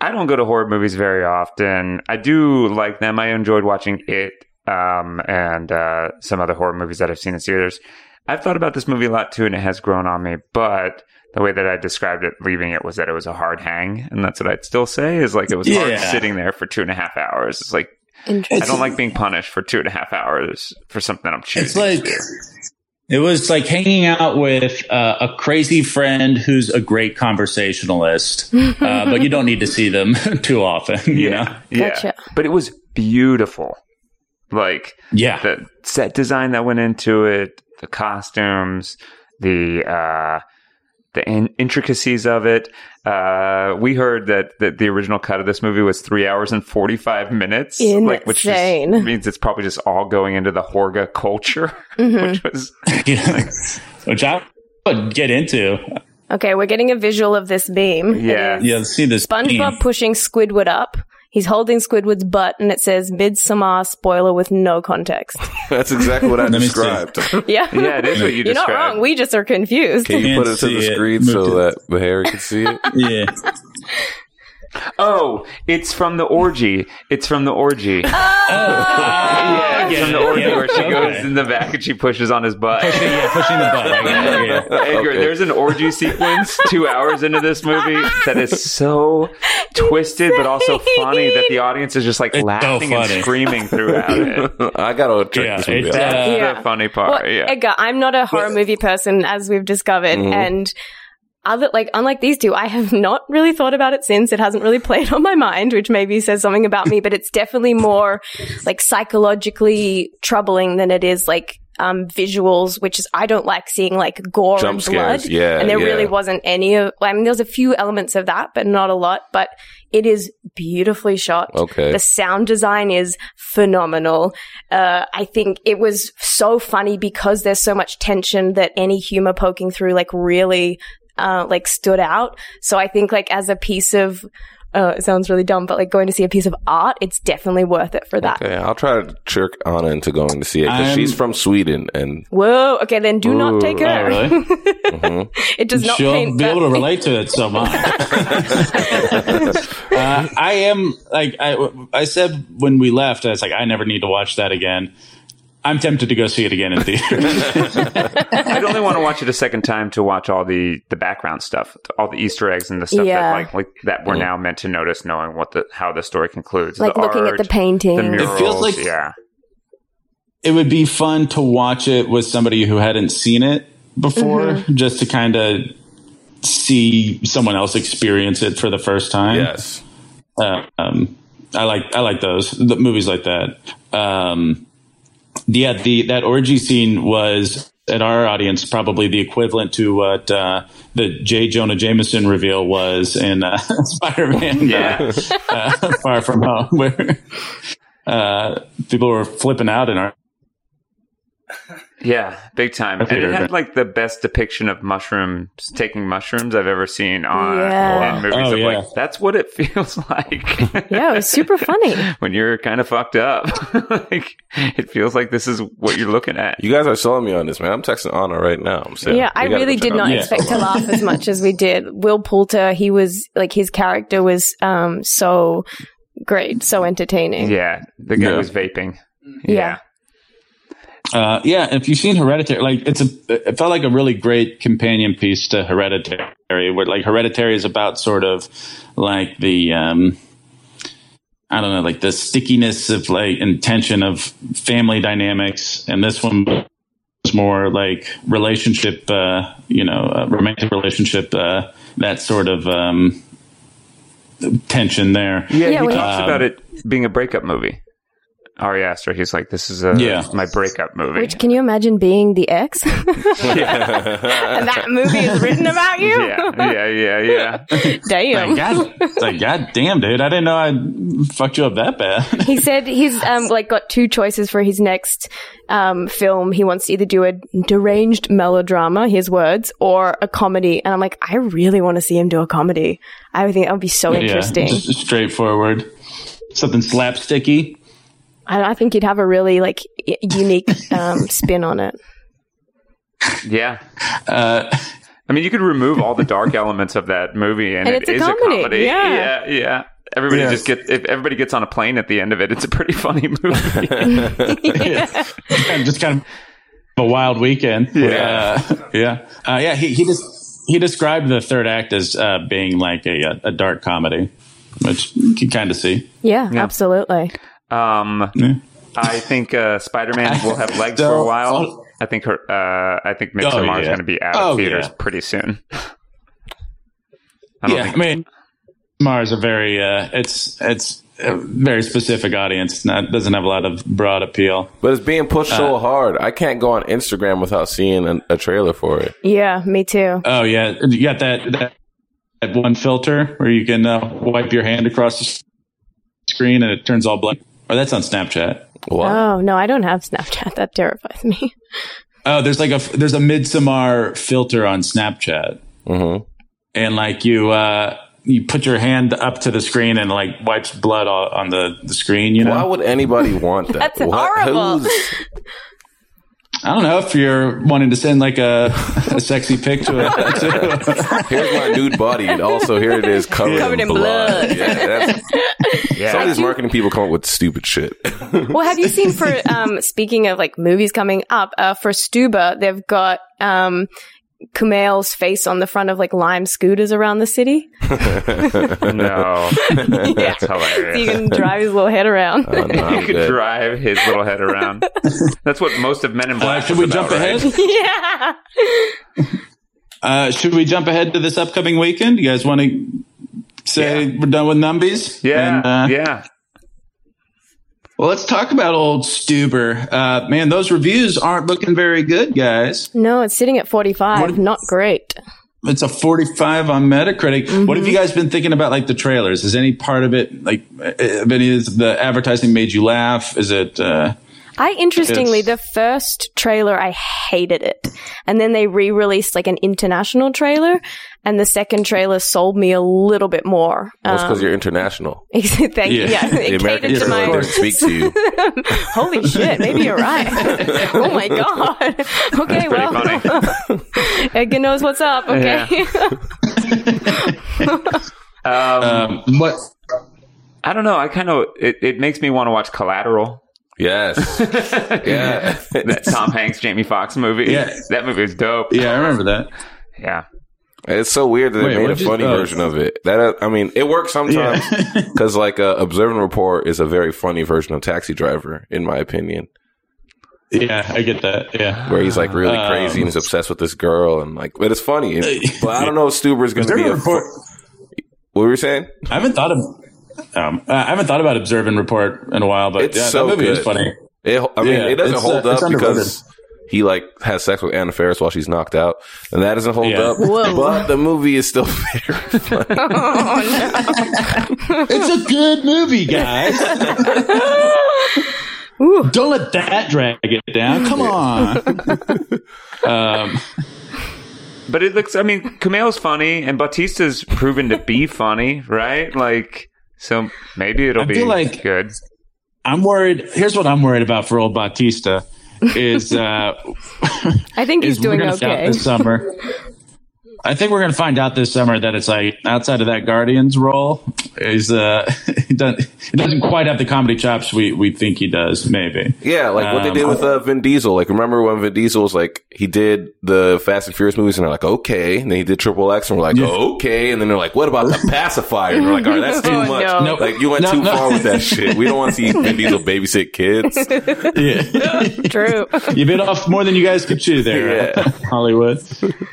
I don't go to horror movies very often. I do like them. I enjoyed watching it um, and uh, some other horror movies that I've seen in theaters. I've thought about this movie a lot too, and it has grown on me. But the way that I described it, leaving it, was that it was a hard hang, and that's what I'd still say is like it was
Yeah.
hard sitting there for two and a half hours. It's like I
Interesting.
don't like being punished for two and a half hours for something I'm choosing.
It's like it was like hanging out with uh, a crazy friend who's a great conversationalist, uh, but you don't need to see them too often. You know?
yeah.
Gotcha.
But it was beautiful. Like
Yeah.
the set design that went into it, the costumes, the uh, the in- intricacies of it. Uh, we heard that, that the original cut of this movie was three hours and forty five minutes, like which just
Insane.
means it's probably just all going into the Horga culture,
Mm-hmm.
which was
Yeah. which I would get into.
Okay, we're getting a visual of this beam.
Yeah.
It is
Yeah, let's see this.
SpongeBob
scene.
pushing Squidward up. He's holding Squidward's butt, and it says "Midsummer" spoiler with no context.
That's exactly what I
me see.
described. Can
Yeah,
yeah, it is what you
you're not
described.
wrong. We just are confused.
you
Can't
put it to
see
the
it.
screen
Moved
so
it.
that the Harry can see it?
Yeah.
oh, it's from the orgy. It's from the orgy.
Oh.
yeah, it's
Oh. yeah,
from the orgy
yeah,
where she
okay.
goes in the back and she pushes on his butt.
Pushing, yeah, pushing the button. I got it, yeah.
Edgar,
Okay.
there's an orgy sequence two hours into this movie that is so twisted but also funny that the audience is just like
so
laughing
funny.
and screaming throughout it.
I gotta check
Yeah,
this movie
it's,
out.
uh,
That's
Yeah.
the funny
Well,
part. yeah.
Edgar, I'm not a horror movie person, as we've discovered,
Mm-hmm.
and other like unlike these two, I have not really thought about it since. It hasn't really played on my mind, which maybe says something about me. But it's definitely more like psychologically troubling than it is like um visuals, which is I don't like seeing like gore
Jump
and
scares,
blood.
yeah,
and there
yeah.
really wasn't any of. I mean, there's a few elements of that, but not a lot. But it is beautifully shot.
Okay.
The sound design is phenomenal. Uh, I think it was so funny because there's so much tension that any humor poking through like really uh, like stood out. So I think like as a piece of uh, it sounds really dumb, but like going to see a piece of art, it's definitely worth it for that.
Okay, I'll try to trick Anna into going to see it because
I'm-
she's from Sweden and
Whoa. Okay, then do not take her.
Oh, really?
It does not
She'll
paint
be
that-
able to relate to it so much. Uh, I am like I I said when we left. I was like, I never need to watch that again. I'm tempted to go see it again in theaters.
I'd only want to watch it a second time to watch all the the background stuff, all the Easter eggs and the stuff
Yeah.
that like, like that
Mm.
we're now meant to notice, knowing what the how the story concludes.
like
the
looking
art,
at the painting.
the murals,
feels like-
yeah.
it would be fun to watch it with somebody who hadn't seen it before, just to kind of see someone else experience it for the first time.
Yes.
Uh, um, I like I like those the movies like that. Um, yeah, the that orgy scene was at our audience probably the equivalent to what uh, the J Jonah Jameson reveal was in uh, Spider Man.
Yeah.
uh, Far From Home, where uh, people were flipping out in our.
Yeah, big time. And
figured
it had
that.
like the best depiction of mushrooms taking mushrooms I've ever seen on
Yeah.
in movies.
Oh,
of
yeah.
like, that's what it feels like
yeah, it was super funny.
when you're kind of fucked up. like it feels like this is what you're looking at.
You guys are selling me on this, man. I'm texting Anna right now. I'm saying,
Yeah, I
we gotta
really
go
did
check out
not
Yeah.
this.
expect to laugh as much as we did. Will Poulter, he was like his character was um so great, so entertaining.
Yeah, the guy
Yeah.
was vaping.
Yeah.
Uh, yeah, if you've seen Hereditary, like it's a, it felt like a really great companion piece to Hereditary, where like Hereditary is about sort of like the, um, I don't know, like the stickiness of like and tension of family dynamics, and this one was more like relationship, uh, you know, uh, romantic relationship, uh, that sort of um, tension there.
Yeah,
Yeah,
he
we-
talks
Um,
about it being a breakup movie. Ari Aster, he's like, "This is a
Yeah.
my breakup movie."
Which can you imagine being the ex? and that movie is written about you?
yeah, yeah, yeah, yeah.
Damn.
Like, God, it's like, God damn, dude, I didn't know I fucked you up that bad.
He said he's um, like got two choices for his next um, film. He wants to either do a deranged melodrama, his words, or a comedy. And I'm like, I really want to see him do a comedy. I would think that would be so interesting.
Yeah, just straightforward. Something slapsticky.
I, I think you'd have a really like y- unique um, spin on it.
Yeah.
Uh,
I mean, you could remove all the dark elements of that movie, and,
And
it
it's a
is
comedy, yeah.
yeah, yeah. Everybody
Yes.
just gets if everybody gets on a plane at the end of it, it's a pretty funny movie.
Yeah, just kind of a wild weekend.
Yeah.
Uh, yeah. Uh, yeah. He, he just he described the third act as uh, being like a, a, a dark comedy, which you can kind of see.
Yeah, absolutely.
um, I think uh, Spider Man will have legs
So-
for a while. I think her. Uh, I think Midsommar is
Oh, yeah.
going to be out
Oh,
of theaters
yeah.
pretty soon. I don't
Yeah. I
think.
mean, Mars a very uh, it's it's a very specific audience. Not doesn't have a lot of broad appeal.
But it's being pushed
Uh,
so hard. I can't go on Instagram without seeing an, a trailer for it.
Yeah, me too.
Oh yeah, you got that that, that one filter where you can uh, wipe your hand across the s- screen and it turns all black. Oh, that's on Snapchat.
What?
Oh no, I don't have Snapchat. That terrifies me.
Oh, there's like a there's a Midsommar filter on Snapchat,
Mhm.
and like you uh, you put your hand up to the screen and like wipes blood all, on the, the screen. You know,
Why would anybody want that?
That's horrible.
who's-
I don't know if you're wanting to send like a, a sexy pic to a, to a
here's my nude body, and also here it is covered,
Covered in
in blood.
blood.
Yeah, that's, Some of these marketing people come up with stupid shit.
Well, have you seen for um, speaking of like movies coming up uh, for Stuba? They've got um, Kumail's face on the front of like lime scooters around the city.
No,
yeah,
that's hilarious.
so you can drive his little head around.
Oh, no, I'm
you could
good.
drive his little head around. That's what most of Men in
uh,
Black.
should
is
we
about,
jump
right?
ahead?
yeah,
Uh, should we jump ahead to this upcoming weekend? You guys want to say we're done with numbies?
Yeah,
And, uh,
yeah.
Well, let's talk about old Stuber. Uh, man, those reviews aren't looking very good, guys.
no, it's sitting at forty-five.
What-
Not great.
It's a 45 on Metacritic. What have you guys been thinking about, like the trailers? Is any part of it, like, uh, have any of the advertising made you laugh? Is it, uh,
I interestingly,
It's-
the first trailer, I hated it. And then they re released like an international trailer, and the second trailer sold me a little bit more.
That's because
Um,
you're international.
Thank you.
Yeah.
Yeah,
The
it
American
catered to
trailer
my.
didn't speak to you.
Holy shit, maybe you're right. oh my god.
Pretty
Okay, well,
funny.
Edgar knows what's up, okay?
Um,
Um, what?
I don't know. I kind of it, it makes me want to watch Collateral.
Yes. yeah.
that Tom Hanks, Jamie Foxx movie.
Yeah.
That movie was dope.
Yeah, I remember that.
Yeah.
It's so weird that
Wait,
they made a
what'd you-
funny
oh.
version of it. That uh, I mean, it works sometimes because like uh, Observe and Report is a very funny version of Taxi Driver, in my opinion,
Yeah, I get that. Yeah.
where he's like really
Um,
crazy and he's obsessed with this girl and like, but it's funny. but I don't know if Stuber's going to
Observe
be
and
a.
report.
what were you saying?
I haven't thought of. Um, I haven't thought about observe and report in a while, but
It's
yeah,
so
that movie is
good.
funny.
It, I mean,
Yeah,
it doesn't
it's,
hold
uh,
up
it's
because he like has sex with Anna Faris while she's knocked out, and that doesn't hold
Yeah.
up.
Whoa.
But the movie is still very funny.
It's a good movie, guys. Don't let that drag it down. Come on. um,
But it looks. I mean, Kumail's funny, and Batista's proven to be funny, right? Like, so maybe it'll
I
be
feel like-
good.
I'm worried. Here's what I'm worried about for old Batista is uh,
I think he's
is we're
doing
gonna find out
okay.
this summer. I think we're gonna find out this summer that it's like outside of that Guardians role is uh he doesn't he doesn't quite have the comedy chops we we think he does maybe
Yeah, like what they
Um,
did with uh, Vin Diesel. Like, remember when Vin Diesel was like, he did the Fast and Furious movies, and they're like, okay. And then he did Triple X, and we're like, okay. And then they're like, what about the pacifier? And we're like, all right, that's too
Oh,
much.
no. Nope.
Like, you went
No,
too
no.
far with that shit. We don't want to see Vin Diesel babysit kids.
yeah
True.
you bit off more than you guys could chew there,
Yeah.
Hollywood.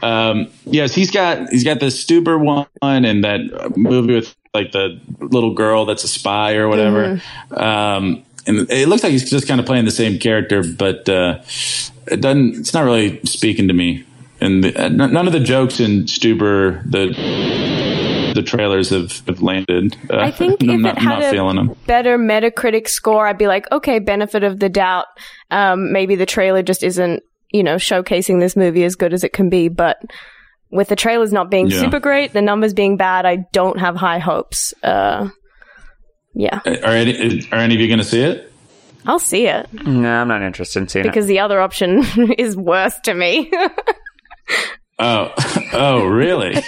Um, yes, he's got he's got the Stuber one and that movie with like the little girl that's a spy or whatever.
Mm-hmm.
Um, and it looks like he's just kind of playing the same character, but uh, it doesn't. It's not really speaking to me. And the, uh, n- none of the jokes in Stuber the the trailers have, have landed. Uh,
I think
I'm
if
not,
it had
not
a
feeling them.
better Metacritic score, I'd be like, okay, benefit of the doubt. Um, maybe the trailer just isn't, you know, showcasing this movie as good as it can be. But with the trailers not being
Yeah.
super great, the numbers being bad, I don't have high hopes. Uh, yeah,
Are any, are any of you going to see it?
I'll see it
No, I'm not interested in seeing
because the other option is worse to me.
Oh, oh, really? uh,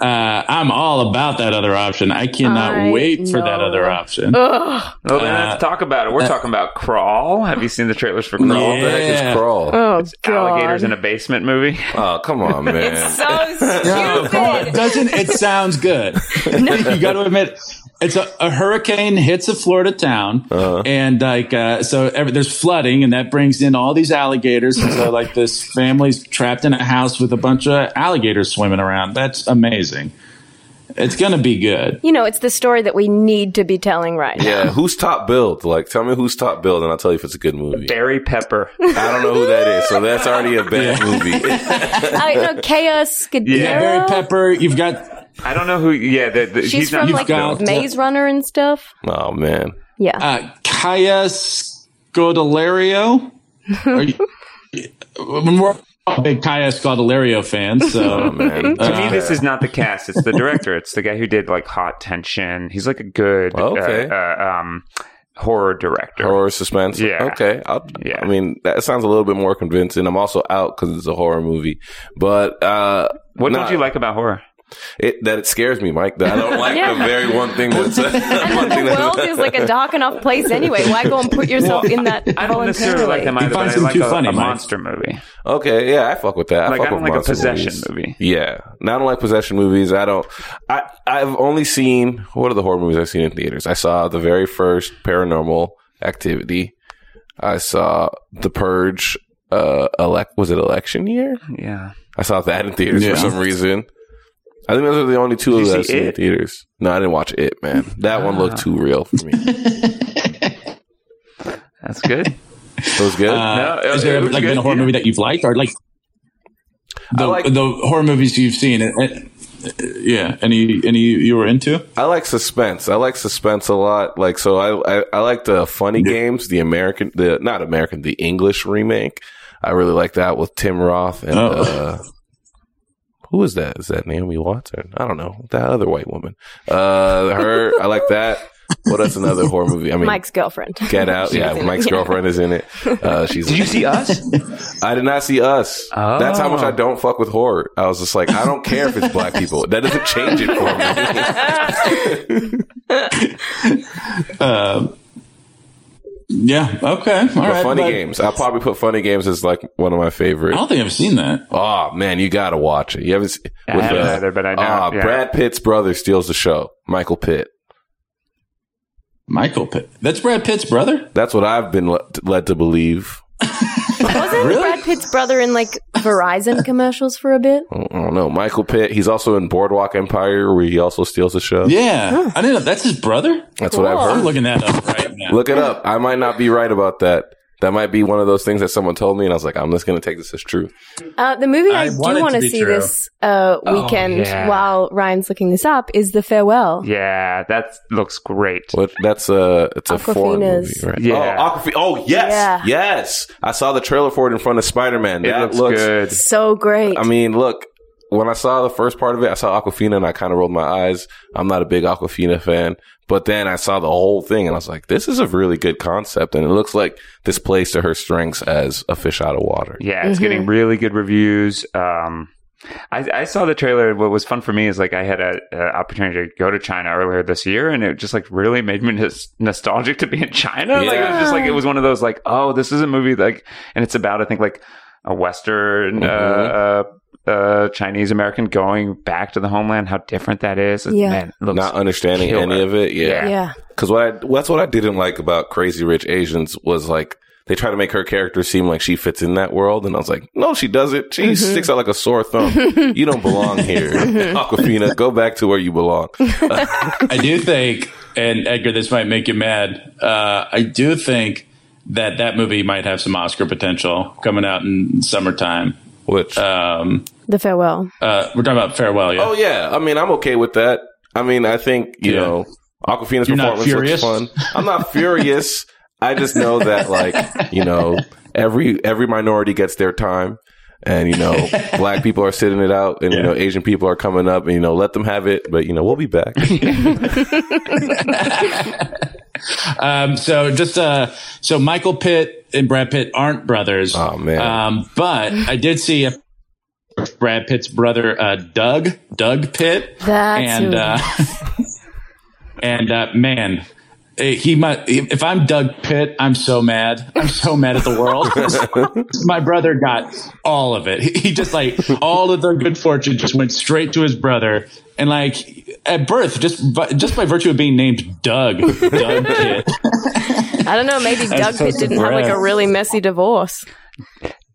I'm all about that other option. I cannot
I
wait for that
know. Oh.
other option.
it. Well, then let's
Uh,
talk about it. We're talking about Crawl. Have you seen the trailers for
No,
Crawl?
what the heck
Yeah.
is crawl?
oh god,
Alligators in a basement movie.
oh, come on, man.
so stupid.
It doesn't it sounds good? you got to admit, it's a, a hurricane hits a Florida town, and like uh, so, every, there's flooding, and that brings in all these alligators. And so, like this family's trapped in a house with a bunch of alligators swimming around. That's amazing. It's gonna be good.
you know, it's the story that we need to be telling right now.
yeah, who's top billed? Like, tell me who's top billed, and I'll tell you if it's a good movie.
Barry Pepper.
I don't know who that is, so that's already a bad movie.
I know Chaos Scudero.
Yeah,
Barry Pepper, you've got
I don't know who. Yeah, the, the,
She's
he's
from
not.
like
got-
Maze Runner and stuff.
oh man,
Yeah.
uh, Kaya Scodelario. Are you, we're all big Kaya Scodelario fans, so
Oh,
uh,
man.
Uh,
to me, this is not the cast. It's the director. It's the guy who did like Hot Tension. He's like a good uh,
Okay.
uh, um, horror director.
horror suspense.
Yeah.
Okay. I'll,
Yeah.
I mean, that sounds a little bit more convincing. I'm also out because it's a horror movie, but uh,
What
nah,
don't you like about horror?
It, that it scares me, Mike. That I don't like
Yeah.
the very one thing that's one
the
thing that's-
world is like a dark enough place anyway. Why go and put yourself in that
I don't necessarily
voluntarily?
like them
He
either, but
finds
I
them
like
too
a,
funny,
a
Mike.
monster movie.
Okay, yeah, I fuck with that. I
Like,
fuck
I don't
with
like a
monster
possession
movies.
movie.
Yeah, no, I don't like possession movies. I don't. I I've only seen what are the horror movies I've seen in theaters. I saw the very first Paranormal Activity. I saw The Purge. Uh, elect was it election year?
Yeah.
I saw that in theaters
Yeah.
for some reason. I think those are the only two
you
of those
see
I've seen in
It?
theaters. No, I didn't watch it, man. That one looked too real for me. It
That's good.
was good.
Uh,
No,
has
it- it
there
was
like been a
good,
horror
yeah.
movie that you've liked, or like the,
like-
the horror movies you've seen? uh, uh, yeah, any any you were into?
I like suspense. I like suspense a lot. Like so, I I, I like the funny games. The American, the not American, the English remake. I really like that with Tim Roth and.
Oh.
Uh, who is that? Is that Naomi Watson? I don't know. That other white woman. Uh, her. I like that. What else? Another horror movie? I mean,
Mike's girlfriend.
Get Out.
She's
Yeah,
in it.
Mike's girlfriend is in it. Uh, she's.
Did you see us?
I did not see us.
Oh.
That's how much I don't fuck with horror. I was just like, I don't care if it's black people. That doesn't change it for me.
Yeah. Okay. All right.
But funny
but-
games. I'll probably put funny games as like one of my
I
favorite.
don't think I've seen that.
Oh man, you gotta watch it. You haven't seen
I haven't either, but I know,
Ah,
yeah.
Brad Pitt's brother steals the show. Michael Pitt.
Michael Pitt. That's Brad Pitt's brother.
That's what I've been le- led to believe.
Wasn't Brad Pitt's brother in like Verizon commercials for a bit?
I don't know. Michael Pitt. He's also in Boardwalk Empire, where he also steals the show.
Yeah. I didn't know. That's his brother.
That's what I've
I'm
heard.
looking that up right now.
Look it up. I might not be right about that. That might be one of those things that someone told me, and I was like, I'm just gonna take this as true.
Uh, the movie I,
I
do
want it
want to
to be
see
true.
this uh, weekend
yeah.
while Ryan's looking this up is The Farewell.
Yeah, that looks great.
What? That's a it's a foreign
Aquafina's.
movie, right?
Yeah.
Oh, Aquafi- oh yes,
Yeah.
yes. I saw the trailer for it in front of Spider Man.
It
That
looks,
looks
good.
So great.
I mean, look, when I saw the first part of it, I saw Aquafina and I kind of rolled my eyes. I'm not a big Aquafina fan, but then I saw the whole thing and I was like, this is a really good concept. And it looks like this plays to her strengths as a fish out of water.
Yeah, it's getting really good reviews. Um, I, I saw the trailer. What was fun for me is like I had a, a opportunity to go to China earlier this year, and it just like really made me nos- nostalgic to be in China. Like it was just like it was one of those like, oh, this is a movie like, and it's about I think like a Western. Uh, uh, uh, Chinese American going back to the homeland, how different that is.
Yeah.
Man, it looks
Not understanding
killer.
any of it. Yeah.
yeah.
Cause what I, that's what I didn't like about Crazy Rich Asians was like, they try to make her character seem like she fits in that world. And I was like, no, she doesn't. She sticks out like a sore thumb. you don't belong here. Aquafina, go back to where you belong.
I do think, and Edgar, this might make you mad. Uh, I do think that that movie might have some Oscar potential coming out in summertime.
Which,
Um,
The Farewell.
uh, we're talking about farewell. Yeah.
Oh yeah, I mean I'm okay with that. I mean I think you
Yeah.
know Aquafina's
You're not
performance looks
furious?
fun. I'm not furious. I just know that like you know every every minority gets their time, and you know black people are sitting it out, and you know Asian people are coming up, and you know let them have it. But you know we'll be back.
Um, so just uh, so Michael Pitt and Brad Pitt aren't brothers.
Oh, man.
Um, but I did see a Brad Pitt's brother, uh, Doug, Doug Pitt,
That's
and uh,
who-
and uh, man. eh, He might. If I'm Doug Pitt, I'm so mad. I'm so mad at the world. My brother got all of it. He he just like all of the good fortune just went straight to his brother. And like at birth, just by, just by virtue of being named Doug, Doug Pitt,
I don't know. Maybe Doug Pitt
supposed to
didn't have like a
brag.
really messy divorce.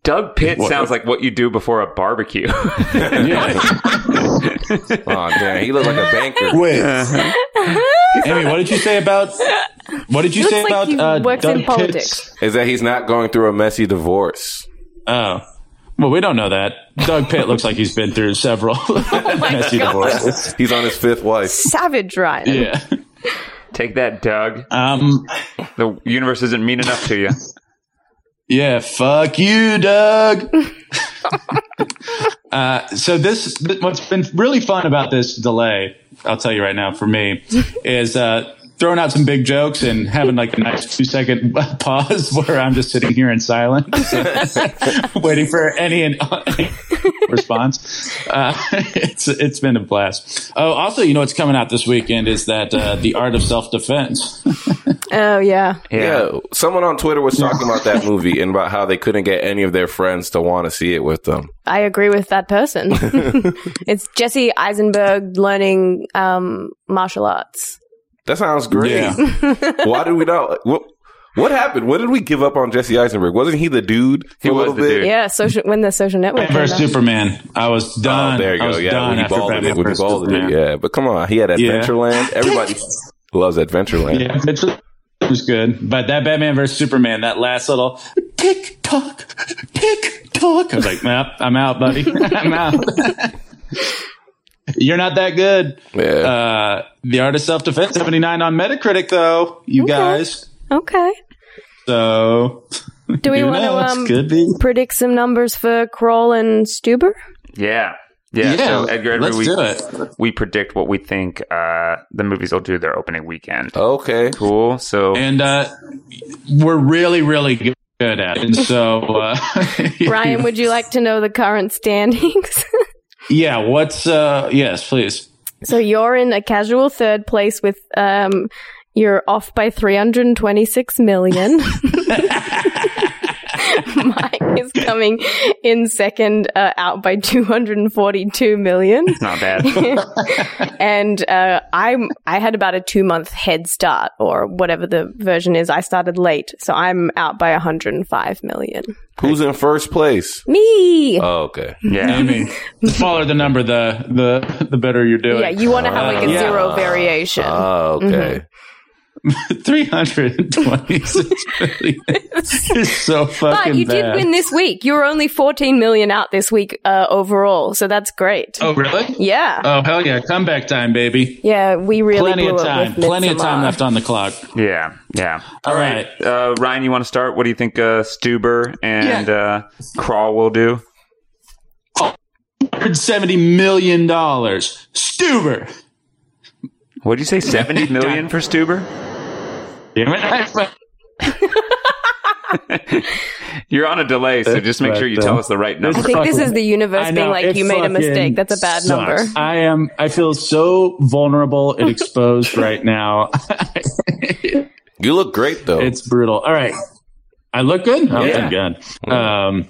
Doug Pitt sounds like what you do before a barbecue.
oh damn, he looked like a banker.
Wait, Amy, what did you say about what did you
Looks
say
like
about
he
uh,
works
Doug
in
Pitt's-
politics.
Is that he's not going through a messy divorce?
Oh, well, we don't know that. Doug Pitt looks like he's been through several messy divorces.
He's on his fifth wife.
Savage Ryan.
Yeah.
Take that, Doug.
Um.
The universe isn't mean enough to you.
Yeah. Fuck you, Doug. uh, so this, th- what's been really fun about this delay, I'll tell you right now, for me, is uh, throwing out some big jokes and having like a nice two second pause where I'm just sitting here in silence, waiting for any, and any response. Uh, it's it's been a blast. Oh, also, you know what's coming out this weekend is that uh, the art of self defense.
Oh, yeah.
Yeah. someone on Twitter was talking about that movie and about how they couldn't get any of their friends to want to see it with them.
I agree with that person. it's Jesse Eisenberg learning um, martial arts.
That sounds great. Why did we not? What, what happened? When did we give up on Jesse Eisenberg? Wasn't he the dude for
He
a
was
little
the
bit?
dude.
Yeah, social when the social network.
Batman versus
came out.
Superman. I was done.
Oh, there you
I
go.
was
Yeah,
done
when he
after
balled
Batman
it. When he
versus
balled it.
Superman.
Yeah, but come on, he had
Yeah.
Adventureland. Everybody loves Adventureland.
Yeah, Mitchell was good. But that Batman versus Superman, that last little tick tock, tick tock. I was like, nah, I'm out, buddy. I'm out. You're not that good.
Yeah.
Uh, the art of self defense, 79 on Metacritic, though, you guys.
Okay.
So,
Do we
who
want to
knows?
um,
could be.
predict some numbers for Kroll and Stuber?
Yeah. Yeah, so Edgar, every
let's
week
do it.
we predict what we think uh, the movies will do their opening weekend.
Okay.
Cool. So
Oh. And uh, we're really, really good at it. And so, uh,
Ryan, would you like to know the current standings?
yeah, what's, uh, yes, please.
so you're in a casual third place with um you're off by 326 million. Mike is coming in second, uh, out by 242 million.
it's not bad.
and uh, I'm I had about a two month head start or whatever the version is. I started late, so I'm out by 105 million.
Who's in first place?
Me.
Oh, okay.
Yeah.
I mean, the smaller the number, the, the, the better you're doing.
yeah, you want to have like a
yeah. Uh,
zero variation.
Oh, okay.
326 million is so fucking
but you did
bad.
win this week. You were only 14 million out this week uh, overall, so that's great.
oh, really?
Yeah.
Oh, hell yeah. Comeback time, baby.
yeah, we really
Plenty
blew
of
it
time.
with
Plenty of time
Midsommar.
left on the clock.
Yeah. Yeah.
All right.
Uh, Ryan, you want to start? What do you think uh, Stuber and uh, Crawl will do?
170 million dollars. Stuber.
What did you say? 70 million for Stuber? You're on a delay, so just make sure you tell us the right
I
number.
think this
Fucking-
is the universe
I
being
know,
like,
it
you made a
fucking
mistake. That's a bad
sucks.
number.
I am. I feel so vulnerable and exposed right now.
You look great though.
it's brutal. All right, I look good. I'm
Yeah.
good. Um,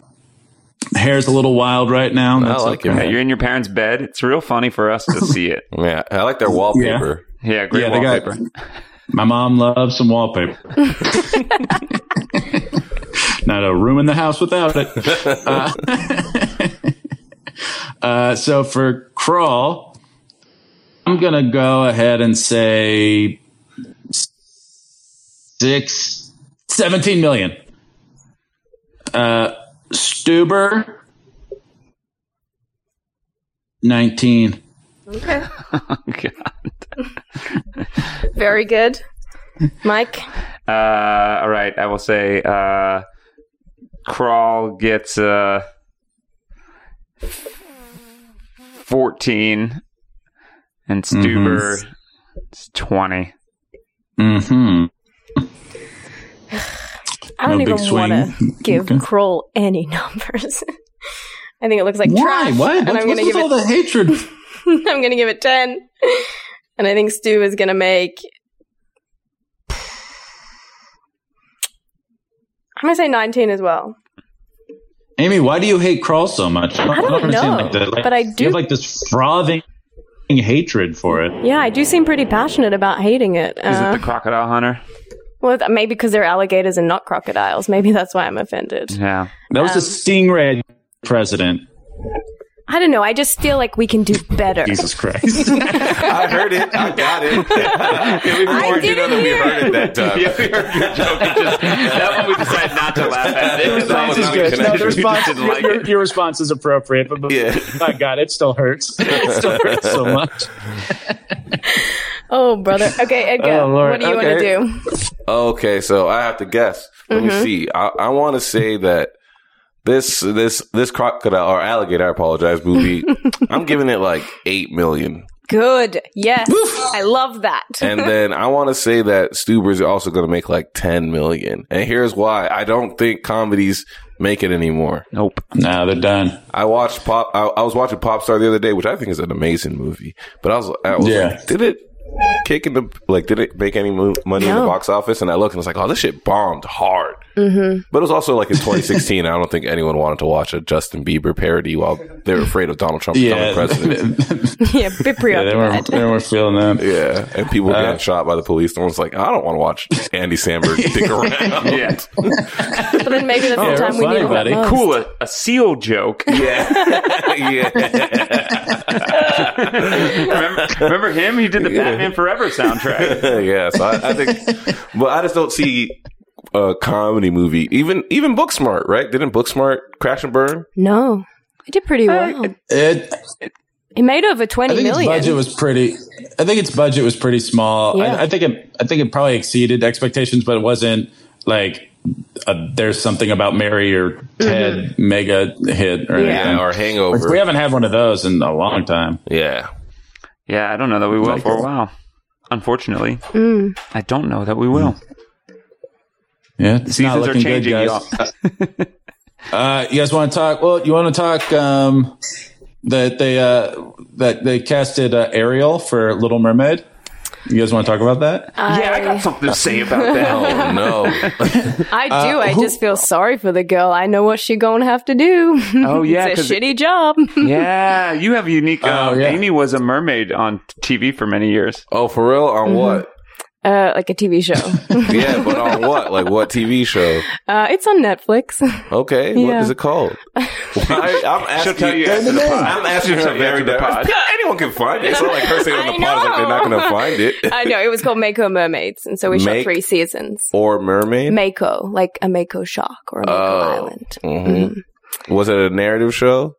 hair's a little wild right now.
I
That's
like
okay.
it.
Yeah, You're in your parents' bed. It's real funny for us to see it.
Yeah, I like their wallpaper.
Yeah, great
Yeah, they got-
wallpaper.
My mom loves some wallpaper. Not a room in the house without it. Uh, uh, so for crawl, I'm gonna go ahead and say six, 17 million. Uh, Stuber, 19.
Okay.
God.
Very good. Mike,
Uh, all right, I will say uh, Crawl gets uh, 14 and Stuber it's 20.
Mm-hmm.
I
No
don't
big
even want to
swing.
give
Okay.
Kroll any numbers. I think it looks like
Why?
trash.
What?
And
What's,
I'm going
what's
to
with
give
all
it.
the hatred?
I'm going to give it ten. And I think Stu is going to make. I'm going to say nineteen as well.
Amy, why do you hate crawl so much? I
don't know, but I do-
You have like this frothing hatred for it.
Yeah, I do seem pretty passionate about hating it.
Is it
Uh,
the Crocodile Hunter?
well, th- maybe because they're alligators and not crocodiles. Maybe that's why I'm offended.
Yeah.
That was the stingray president.
I don't know. I just feel like we can do better.
Jesus Christ.
I heard it. I got it. Can we
I
record you know
didn't
that we
hear
heard it that time?
Yeah, we heard your joke. It just- that one we decided not to laugh at. It was
That was
almost
not even
connected.
No, the
We just didn't like it.
your response is appropriate, but
Yeah.
my God, it still hurts. It still hurts so much.
Oh, brother. Okay, Edgar,
Oh, Lord.
what do you
Okay.
want to do?
Okay, so I have to guess. Let me see. I, I want to say that this this this crocodile or alligator, I apologize, movie. I'm giving it like eight million,
Good. Yes. I love that.
and then I want to say that Stuber is also going to make like ten million. And here's why: I don't think comedies make it anymore.
Nope.
No, they're done.
I watched pop. I, I was watching Popstar the other day, which I think is an amazing movie. But I was, I was
Yeah.
like, did it kick in the like? Did it make any mo- money in the
No.
box office? And I looked and was like, oh, this shit bombed hard. But it was also like in 2016. I don't think anyone wanted to watch a Justin Bieber parody while they were afraid of Donald Trump becoming president.
yeah, be
they, were,
preoccupied.
they were feeling that.
Yeah, and people were getting shot by the police. And was like, I don't want to watch Andy Samberg dick around.
Yeah.
but then maybe that's the
we're
time we
fine,
need
buddy.
it Oh. most.
Cool. A, a seal joke.
Yeah, yeah.
remember, remember him? He did the Batman Forever soundtrack.
yeah, so I, I think, but I just don't see a comedy movie. Even even Booksmart, right? Didn't Booksmart crash and burn?
No, it did pretty well. It,
It,
made over twenty
I think
million.
its budget was pretty. I think its budget was pretty small.
Yeah.
I, I think it. I think it probably exceeded expectations, but it wasn't like a there's something about Mary or Ted
Mm-hmm.
mega hit or
Yeah.
anything.
yeah, or Hangover.
we haven't had one of those in a long time.
yeah,
Yeah, I don't know that we will for a while. Unfortunately,
Mm.
I don't know that we will.
Yeah, it's
Seasons
not
are
looking good,
changing,
guys.
y'all.
Uh, you guys want to talk? Well, you want to talk um, that they uh, that they casted uh, Ariel for Little Mermaid. You guys want to talk about that?
yeah, I got something to say about that.
Oh no.
I do. I just feel sorry for the girl. I know what she gonna have to do.
Oh, yeah,
it's
'cause-
a shitty job.
yeah, you have unique. Uh,
Oh, yeah.
Amy was a mermaid on TV for many years.
Oh, for real? On
Mm-hmm.
what?
uh, like a TV show.
Yeah, but on what? Like what TV show?
uh, it's on Netflix.
Okay, what
Yeah.
is it called? Why- I'm asking.
She'll tell you after the pod.
I'm asking
She'll
her
tell you
very
after the
direct.
pod.
Yeah, anyone can find it. It's not like her saying on the
I
pod is like they're not
know.
going to find it.
I know it was called Mako Mermaids, and so we shot
Make-
three seasons.
or mermaid.
Mako, like a Mako shark or a Mako
Oh.
island.
Mhm. Was it a narrative show?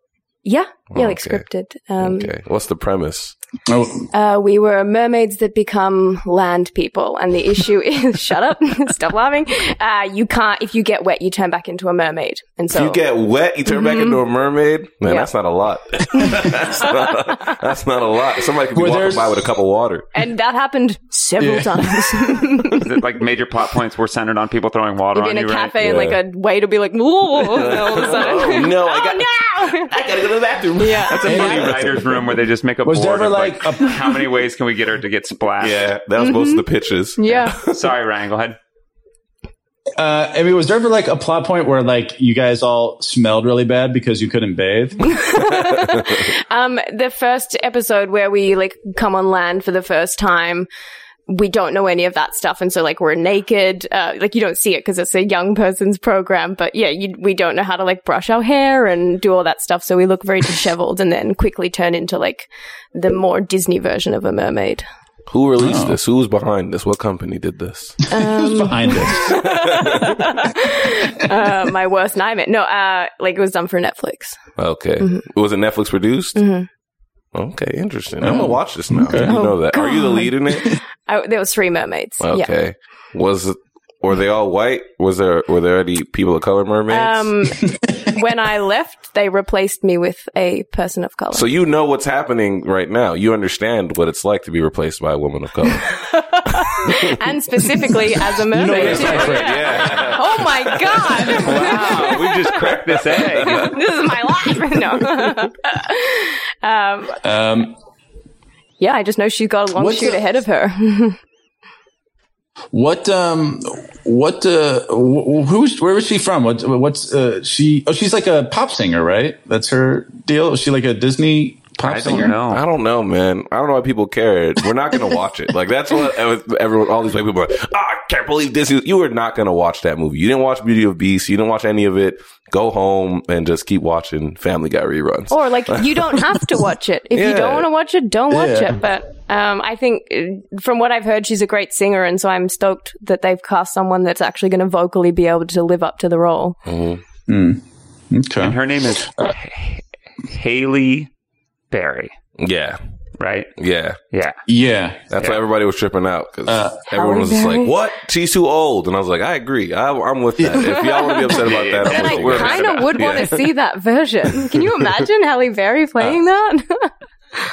Yeah, yeah, like
Okay.
scripted. Um,
Okay. What's the premise?
Oh,
uh, we were mermaids that become land people, and the issue is shut up, stop laughing. Uh, you can't if you get wet, you turn back into a mermaid, and
If
so
you get wet, you turn back into a mermaid. Man,
Yeah.
that's not a lot. that's, not a, that's not a lot. Somebody could be
Were
walking
there-
by with a cup of water.
and that happened several times.
Is it, like major plot points were centered on people throwing water
You'd
on
be
you,
in a
right?
cafe and like a waiter be like, "Whoa!" and all of a
Oh,
sudden,
no, I got-
oh, no!
I gotta go to the bathroom.
yeah,
It's a funny writer's room where they just make a
Oh, Was there
board
ever,
of like,
like, a-
how many ways can we get her to get splashed?
Yeah, that was most of the pitches.
yeah.
Sorry, Ryan, go ahead.
uh, I mean, was there ever like a plot point where like you guys all smelled really bad because you couldn't bathe?
Um, the first episode where we like come on land for the first time, we don't know any of that stuff, and so like we're naked. Uh, like you don't see it because it's a young person's program, but yeah, you, we don't know how to like brush our hair and do all that stuff, so we look very disheveled, and then quickly turn into like the more Disney version of a mermaid.
Who released this? Who was behind this? What company did this?
Who's behind this?
Uh, my worst nightmare. No, uh, like it was done for Netflix.
Okay. Was it Netflix produced? Okay, interesting. I'm gonna watch this now. You know that. Are you the lead in it?
I, there was three mermaids. Yeah.
Okay. Was were they all white? Was there were there any people of color mermaids?
Um, when I left, they replaced me with a person of color.
so you know what's happening right now. You understand what it's like to be replaced by a woman of color.
and specifically as a
You know what
mermaid.
it's like,
too.
right?
yeah.
Oh my god!
Wow, Oh, we just cracked this egg.
this is my life. No. um,
Um,
yeah, I just know she's got a long
What's
shoot
the-
ahead of her.
What um what uh wh- who's where was she from? What what's uh she oh she's like a pop singer, right? That's her deal. Is she like a Disney pop
I
singer?
don't
Oh.
know.
I don't know, man. I don't know why people care. We're not going to watch it. Like that's what everyone, all these white people are like. "Ah, I can't believe this. is-" You are not going to watch that movie. You didn't watch Beauty of Beast. You didn't watch any of it. Go home and just keep watching Family Guy reruns.
Or like, you don't have to watch it. If you
Yeah.
don't want to watch it, don't watch
Yeah.
it. But um, I think, uh, from what I've heard, she's a great singer, and so I'm stoked that they've cast someone that's actually going to vocally be able to live up to the role.
Okay.
Her name is H- Haley Berry,
Yeah,
right?
yeah.
Yeah.
yeah.
That's why everybody was tripping out because everyone
Uh, Halle
was just
Berry?
like, "What? She's too old." And I was like, "I agree. I, I'm with that. If y'all want to be upset about that,
Then
I'm
And
with
That's what
I
you.
we're mad
kind of
about.
would want
Yeah.
to see that version. Can you imagine Halle Berry
Uh,
playing that?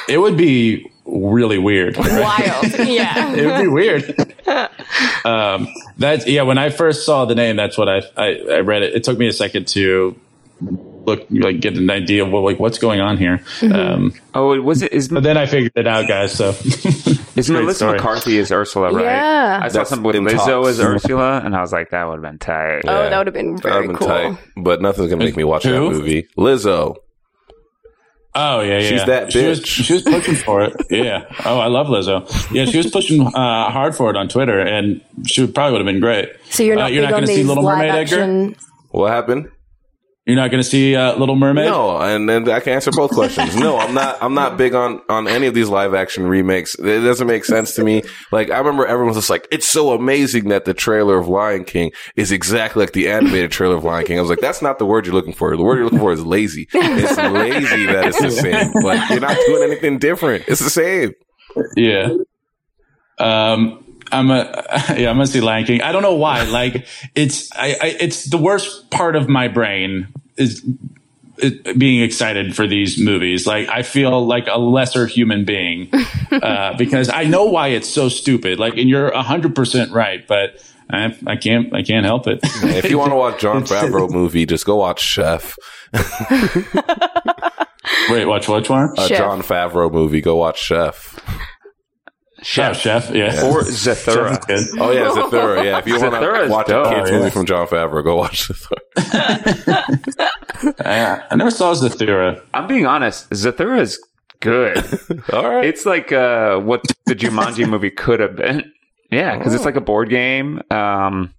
It would be really weird.
Wild. Yeah.
it would be weird. um, that yeah. When I first saw the name, that's what I, I I read it. It took me a second to look like get an idea of what, like what's going on here. Um,
Oh, was it? Is,
but then I figured it out, guys. So
is
great
Melissa
story.
McCarthy as Ursula, right?
Yeah.
I saw
That's
something with
in
Lizzo
talks.
as Ursula, and I was like, that would have been tight.
Oh, that would have been
That'd
very
have been
cool.
tight, but nothing's gonna make me watch that
Who?
movie. Lizzo,
Oh yeah, yeah.
She's that
She was,
bitch.
she was pushing for it. Yeah. Oh, I love Lizzo. Yeah, she was pushing uh, hard for it on Twitter, and she probably would have been great.
So you're
Uh,
not,
you're
big
not
on
gonna see
these
Little Mermaid,
live
Edgar?
action.
what happened?
You're not going to see uh, Little Mermaid.
No, and then I can answer both questions. No, I'm not. I'm not big on on any of these live action remakes. It doesn't make sense to me. Like I remember everyone's just like, "It's so amazing that the trailer of Lion King is exactly like the animated trailer of Lion King." I was like, "That's not the word you're looking for. The word you're looking for is lazy. It's lazy that it's the same. Like you're not doing anything different. It's the same."
Yeah. Um. I'm a yeah, I must be Lion King. I don't know why. Like it's I, I it's the worst part of my brain is, is being excited for these movies. Like I feel like a lesser human being uh, because I know why it's so stupid. Like and you're hundred percent right, but I I can't I can't help it.
If you want to watch John Favreau movie, just go watch Chef.
Wait, watch watch one.
A
Chef.
John Favreau movie. Go watch Chef.
Chef, Oh, chef, yeah.
or Zathura.
Chef is good.
Oh yeah, Zathura. Yeah, if you want
Zathura
to
is
watch a
dope.
kids
Oh, yeah.
movie from John Favreau, go watch Zathura.
I, I never saw Zathura.
I'm being honest. Zathura is good.
All right.
It's like uh, what the Jumanji movie could have been. Yeah, because it's like a
Oh.
board game. Um,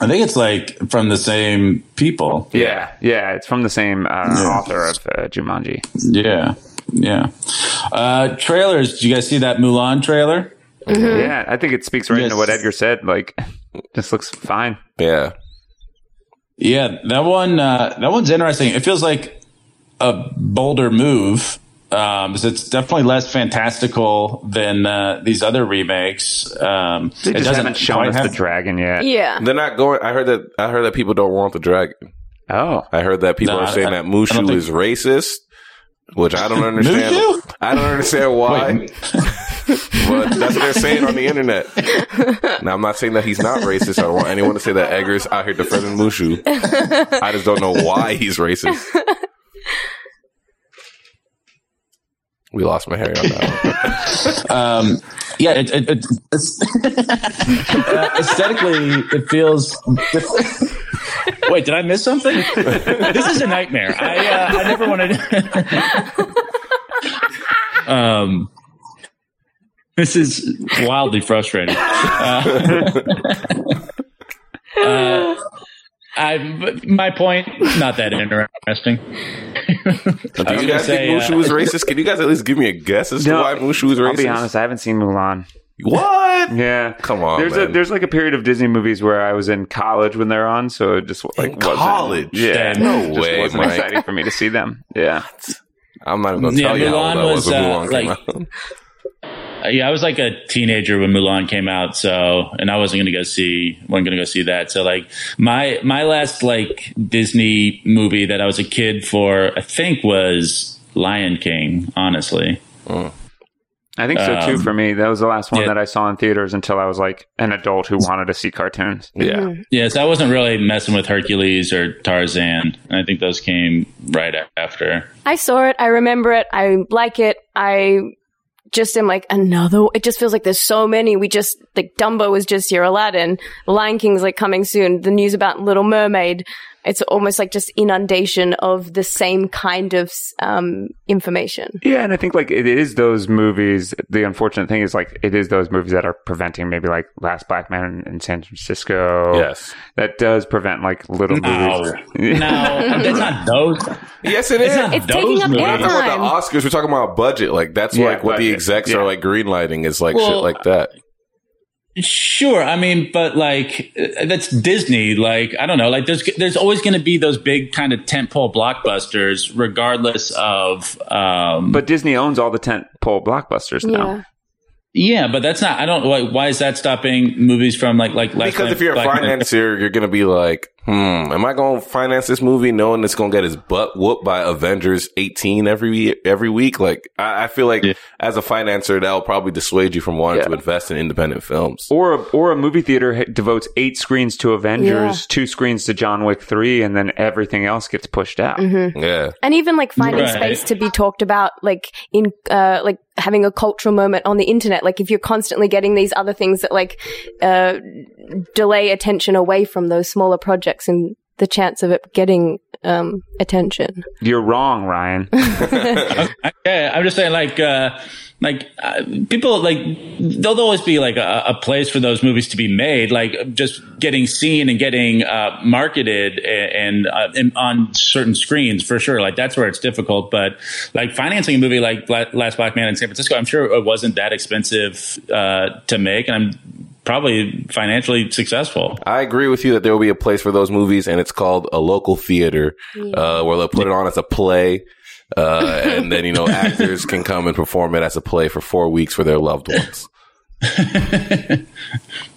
I think it's like from the same people.
yeah, yeah, it's from the same uh, author of uh, Jumanji.
Yeah. Yeah. Uh, trailers. Did you guys see that Mulan trailer?
Mm-hmm.
Yeah, I think it speaks right
Yes.
into what Edgar said. Like, this looks fine.
yeah.
Yeah. That one, uh, that one's interesting. It feels like a bolder move. Um, so it's definitely less fantastical than, uh, these other remakes. Um,
They
it
just
doesn't
haven't shown
quite
us
have-
the dragon yet.
Mm.
Yeah.
They're not going. I heard that. I heard that people don't want the dragon.
Oh,
I heard that people
No,
are
I-
saying
I-
that
I
Mushu
don't think-
is racist, which I don't understand.
Mushu?
I don't understand why, but that's what they're saying on the internet. Now I'm not saying that he's not racist. I don't want anyone to say that Edgar's out here defending Mushu. I just don't know why he's racist. We lost my hair on that. one.
yeah, it, it, it, it's, uh, aesthetically, it feels. different. Wait, did I miss something? this is a nightmare. I uh, I never wanted. um, this is wildly frustrating. Uh, uh, I my point not that interesting. I was
Do you
gonna
guys
say,
think
uh,
Mushu is racist? Can you guys at least give me a guess as to
No,
why Mushu is racist?
I'll be honest. I haven't seen Mulan.
What?
Yeah,
Come on,
There's a
man.
there's like a period of Disney movies where I was in college when they're on, so it just like
In
wasn't-
college?
Yeah,
Yeah, no
it just
way,
wasn't
Mike.
exciting for me to see them. Yeah,
I'm not even gonna
Yeah,
tell you how
Mulan
old I
was,
was, when
uh,
Mulan came
like-
out.
Uh, yeah, I was like a teenager when Mulan came out, so and I wasn't gonna go see wasn't gonna go see that. So like my my last like Disney movie that I was a kid for, I think was Lion King. Honestly,
Mm.
I think so too.
Um,
For me, that was the last one
yeah.
that I saw in theaters until I was like an adult who wanted to see cartoons.
Yeah.
yeah, so I wasn't really messing with Hercules or Tarzan, and I think those came right a- after.
I saw it. I remember it. I like it. I just am like another. It just feels like there's so many. We just like Dumbo was just here. Aladdin, Lion King's like coming soon. The news about Little Mermaid. It's almost like just inundation of the same kind of um, information.
Yeah, and I think like it is those movies. The unfortunate thing is like it is those movies that are preventing maybe like Last Black Man in San Francisco.
Yes.
that does prevent like little
No,
movies.
no, it's not those.
Yes, it
It's
is.
not
It's
those
taking up
movies.
We're not
air.
talking about the Oscars. We're talking about budget. Like that's
Yeah,
like what the
budget.
execs
Yeah.
are like greenlighting is like shit
Well,
like that.
Sure, I mean, but like uh, that's Disney. Like I don't know. Like there's there's always going to be those big kind of tentpole blockbusters, regardless of. Um,
But Disney owns all the tent pole blockbusters now.
Yeah.
yeah, but that's not. I don't. Like, why is that stopping movies from like like Last
Because
Night
if you're a
Black Panther?
financier, you're gonna be like, hmm, am I gonna finance this movie knowing it's gonna get his butt whooped by Avengers 18 every every week? Like I, I feel like
Yeah.
as a financer, that'll probably dissuade you from wanting
Yeah.
to invest in independent films.
Or a, or a movie theater ha- devotes eight screens to Avengers, two screens to John Wick three, and then everything else gets pushed out.
Mm-hmm. Yeah.
and even like finding
Right.
space to be talked about like in uh like having a cultural moment on the internet like if you're constantly getting these other things that like uh delay attention away from those smaller projects and the chance of it getting um attention
You're wrong, Ryan.
Yeah, I'm just saying, like, uh, like uh, people, like there'll always be like a, a place for those movies to be made, like just getting seen and getting uh, marketed and, and, uh, and on certain screens for sure. Like that's where it's difficult, but like financing a movie like La- Last Black Man in San Francisco, I'm sure it wasn't that expensive uh, to make, and I'm probably financially successful.
I agree with you that there will be a place for those movies, and it's called a local theater, uh, where they'll put it on as a play, uh, and then you know actors can come and perform it as a play for four weeks for their loved ones.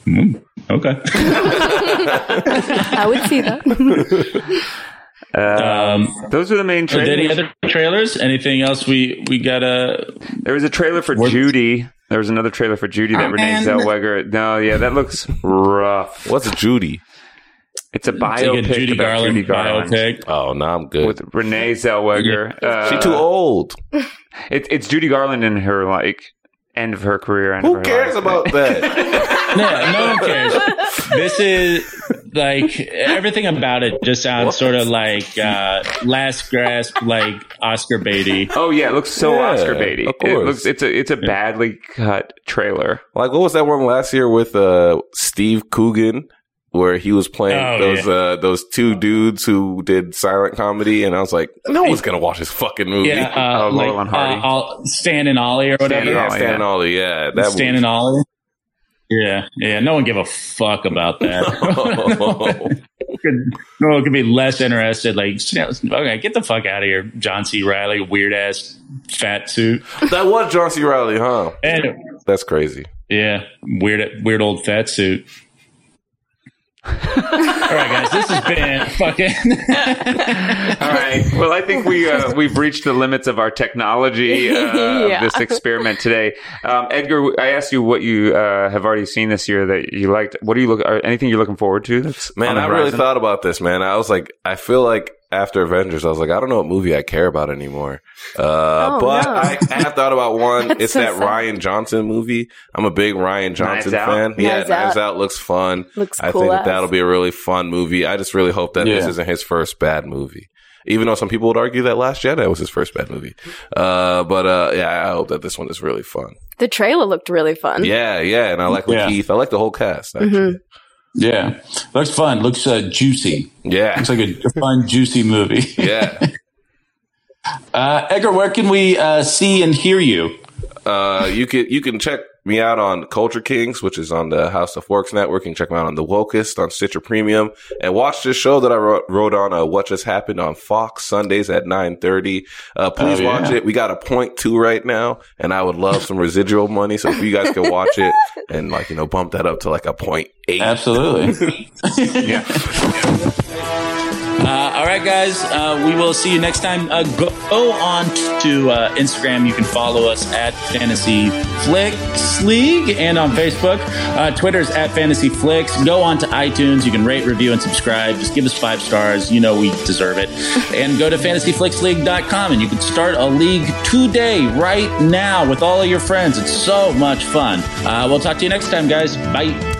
Mm,
Okay.
I would see that.
Um,
Those are the main
are there any
trailers.
other trailers? Anything else we we gotta?
There was a trailer for
What-
Judy. There was another trailer for Judy that
Oh,
Renee
man.
Zellweger. No, yeah, that looks rough.
What's Judy?
It's a
Take a
biopic
Judy
about
Garland,
Judy Garland
biopic.
Oh, no, I'm good.
with Renee Zellweger. Uh,
she too old.
It, it's Judy Garland in her like end of her career. End of
Who
her
cares
life.
about that?
No, no one cares. This is like everything about it just sounds sort of like uh, last grasp, like Oscar Beatty.
Oh yeah, it looks so
Yeah,
Oscar baity.
of
It
course.
looks it's a it's a badly cut trailer.
like, what was that one last year with uh, Steve Coogan? Where he was playing
Oh,
those uh, those two dudes who did silent comedy, and I was like, no one's gonna watch this fucking movie.
Yeah, uh,
Oh,
like
Laurel and Hardy.
uh, all- Stan and Ollie or
Stan
whatever.
and
yeah,
Ollie,
Stan
yeah.
Ollie, yeah, that
Stan and Ollie. Yeah, yeah. No one give a fuck about that.
was-
no one could be less interested. Like, okay, get the fuck out of here, John C. Riley, weird ass fat suit,
that was John C. Riley, huh?
and
That's crazy.
yeah, weird, weird old fat suit. All right, guys, this has been fucking.
All right. Well, I think we uh, we've reached the limits of our technology uh, of
Yeah.
this experiment today. Um, Edgar, I asked you what you uh, have already seen this year that you liked. What do you look? Are, anything you're looking forward to? That's on
Man,
the
I really
horizon?
thought about this, man. I was like, I feel like after Avengers, I was like, I don't know what movie I care about anymore. Uh,
Oh,
but
no.
I, I have thought about one.
That's
it's
so
that
sad.
Ryan Johnson movie. I'm a big Ryan Johnson
Knives Out?
fan. yeah,
Knives
Knives
Out.
Out looks fun.
Looks
I
cool
think
ass.
that that'll be a really fun movie. I just really hope that this
Yeah.
isn't his first bad movie. Even though some people would argue that Last Jedi was his first bad movie. Uh, but, uh, yeah, I hope that this one is really fun.
the trailer looked really fun.
Yeah, yeah. And I like
Yeah.
Keith. I like the whole cast,
Mm-hmm.
actually.
Yeah, looks fun. Looks uh, juicy.
Yeah.
Looks like a, fun, juicy movie.
Yeah.
Uh, Edgar, where can we uh, see and hear you?
Uh, you can you can check me out on Culture Kings, which is on the House of Forks Network. You can check me out on The Wokest on Stitcher Premium, and watch this show that I wrote, wrote on uh, What Just Happened on Fox Sundays at nine thirty. Uh, please
Oh, yeah.
watch it. We got a point two right now, and I would love some residual money. So if you guys can watch it and like you know bump that up to like a point eight.
Absolutely.
Yeah.
Uh, all right, guys, uh, we will see you next time. Uh, go, go on to uh, Instagram. You can follow us at Fantasy Flicks League and on Facebook. Uh, Twitter's at Fantasy Flicks. Go on to iTunes. You can rate, review, and subscribe. Just give us five stars. You know we deserve it. And go to fantasyflicksleague.com and you can start a league today, right now, with all of your friends. It's so much fun. Uh, we'll talk to you next time, guys. Bye.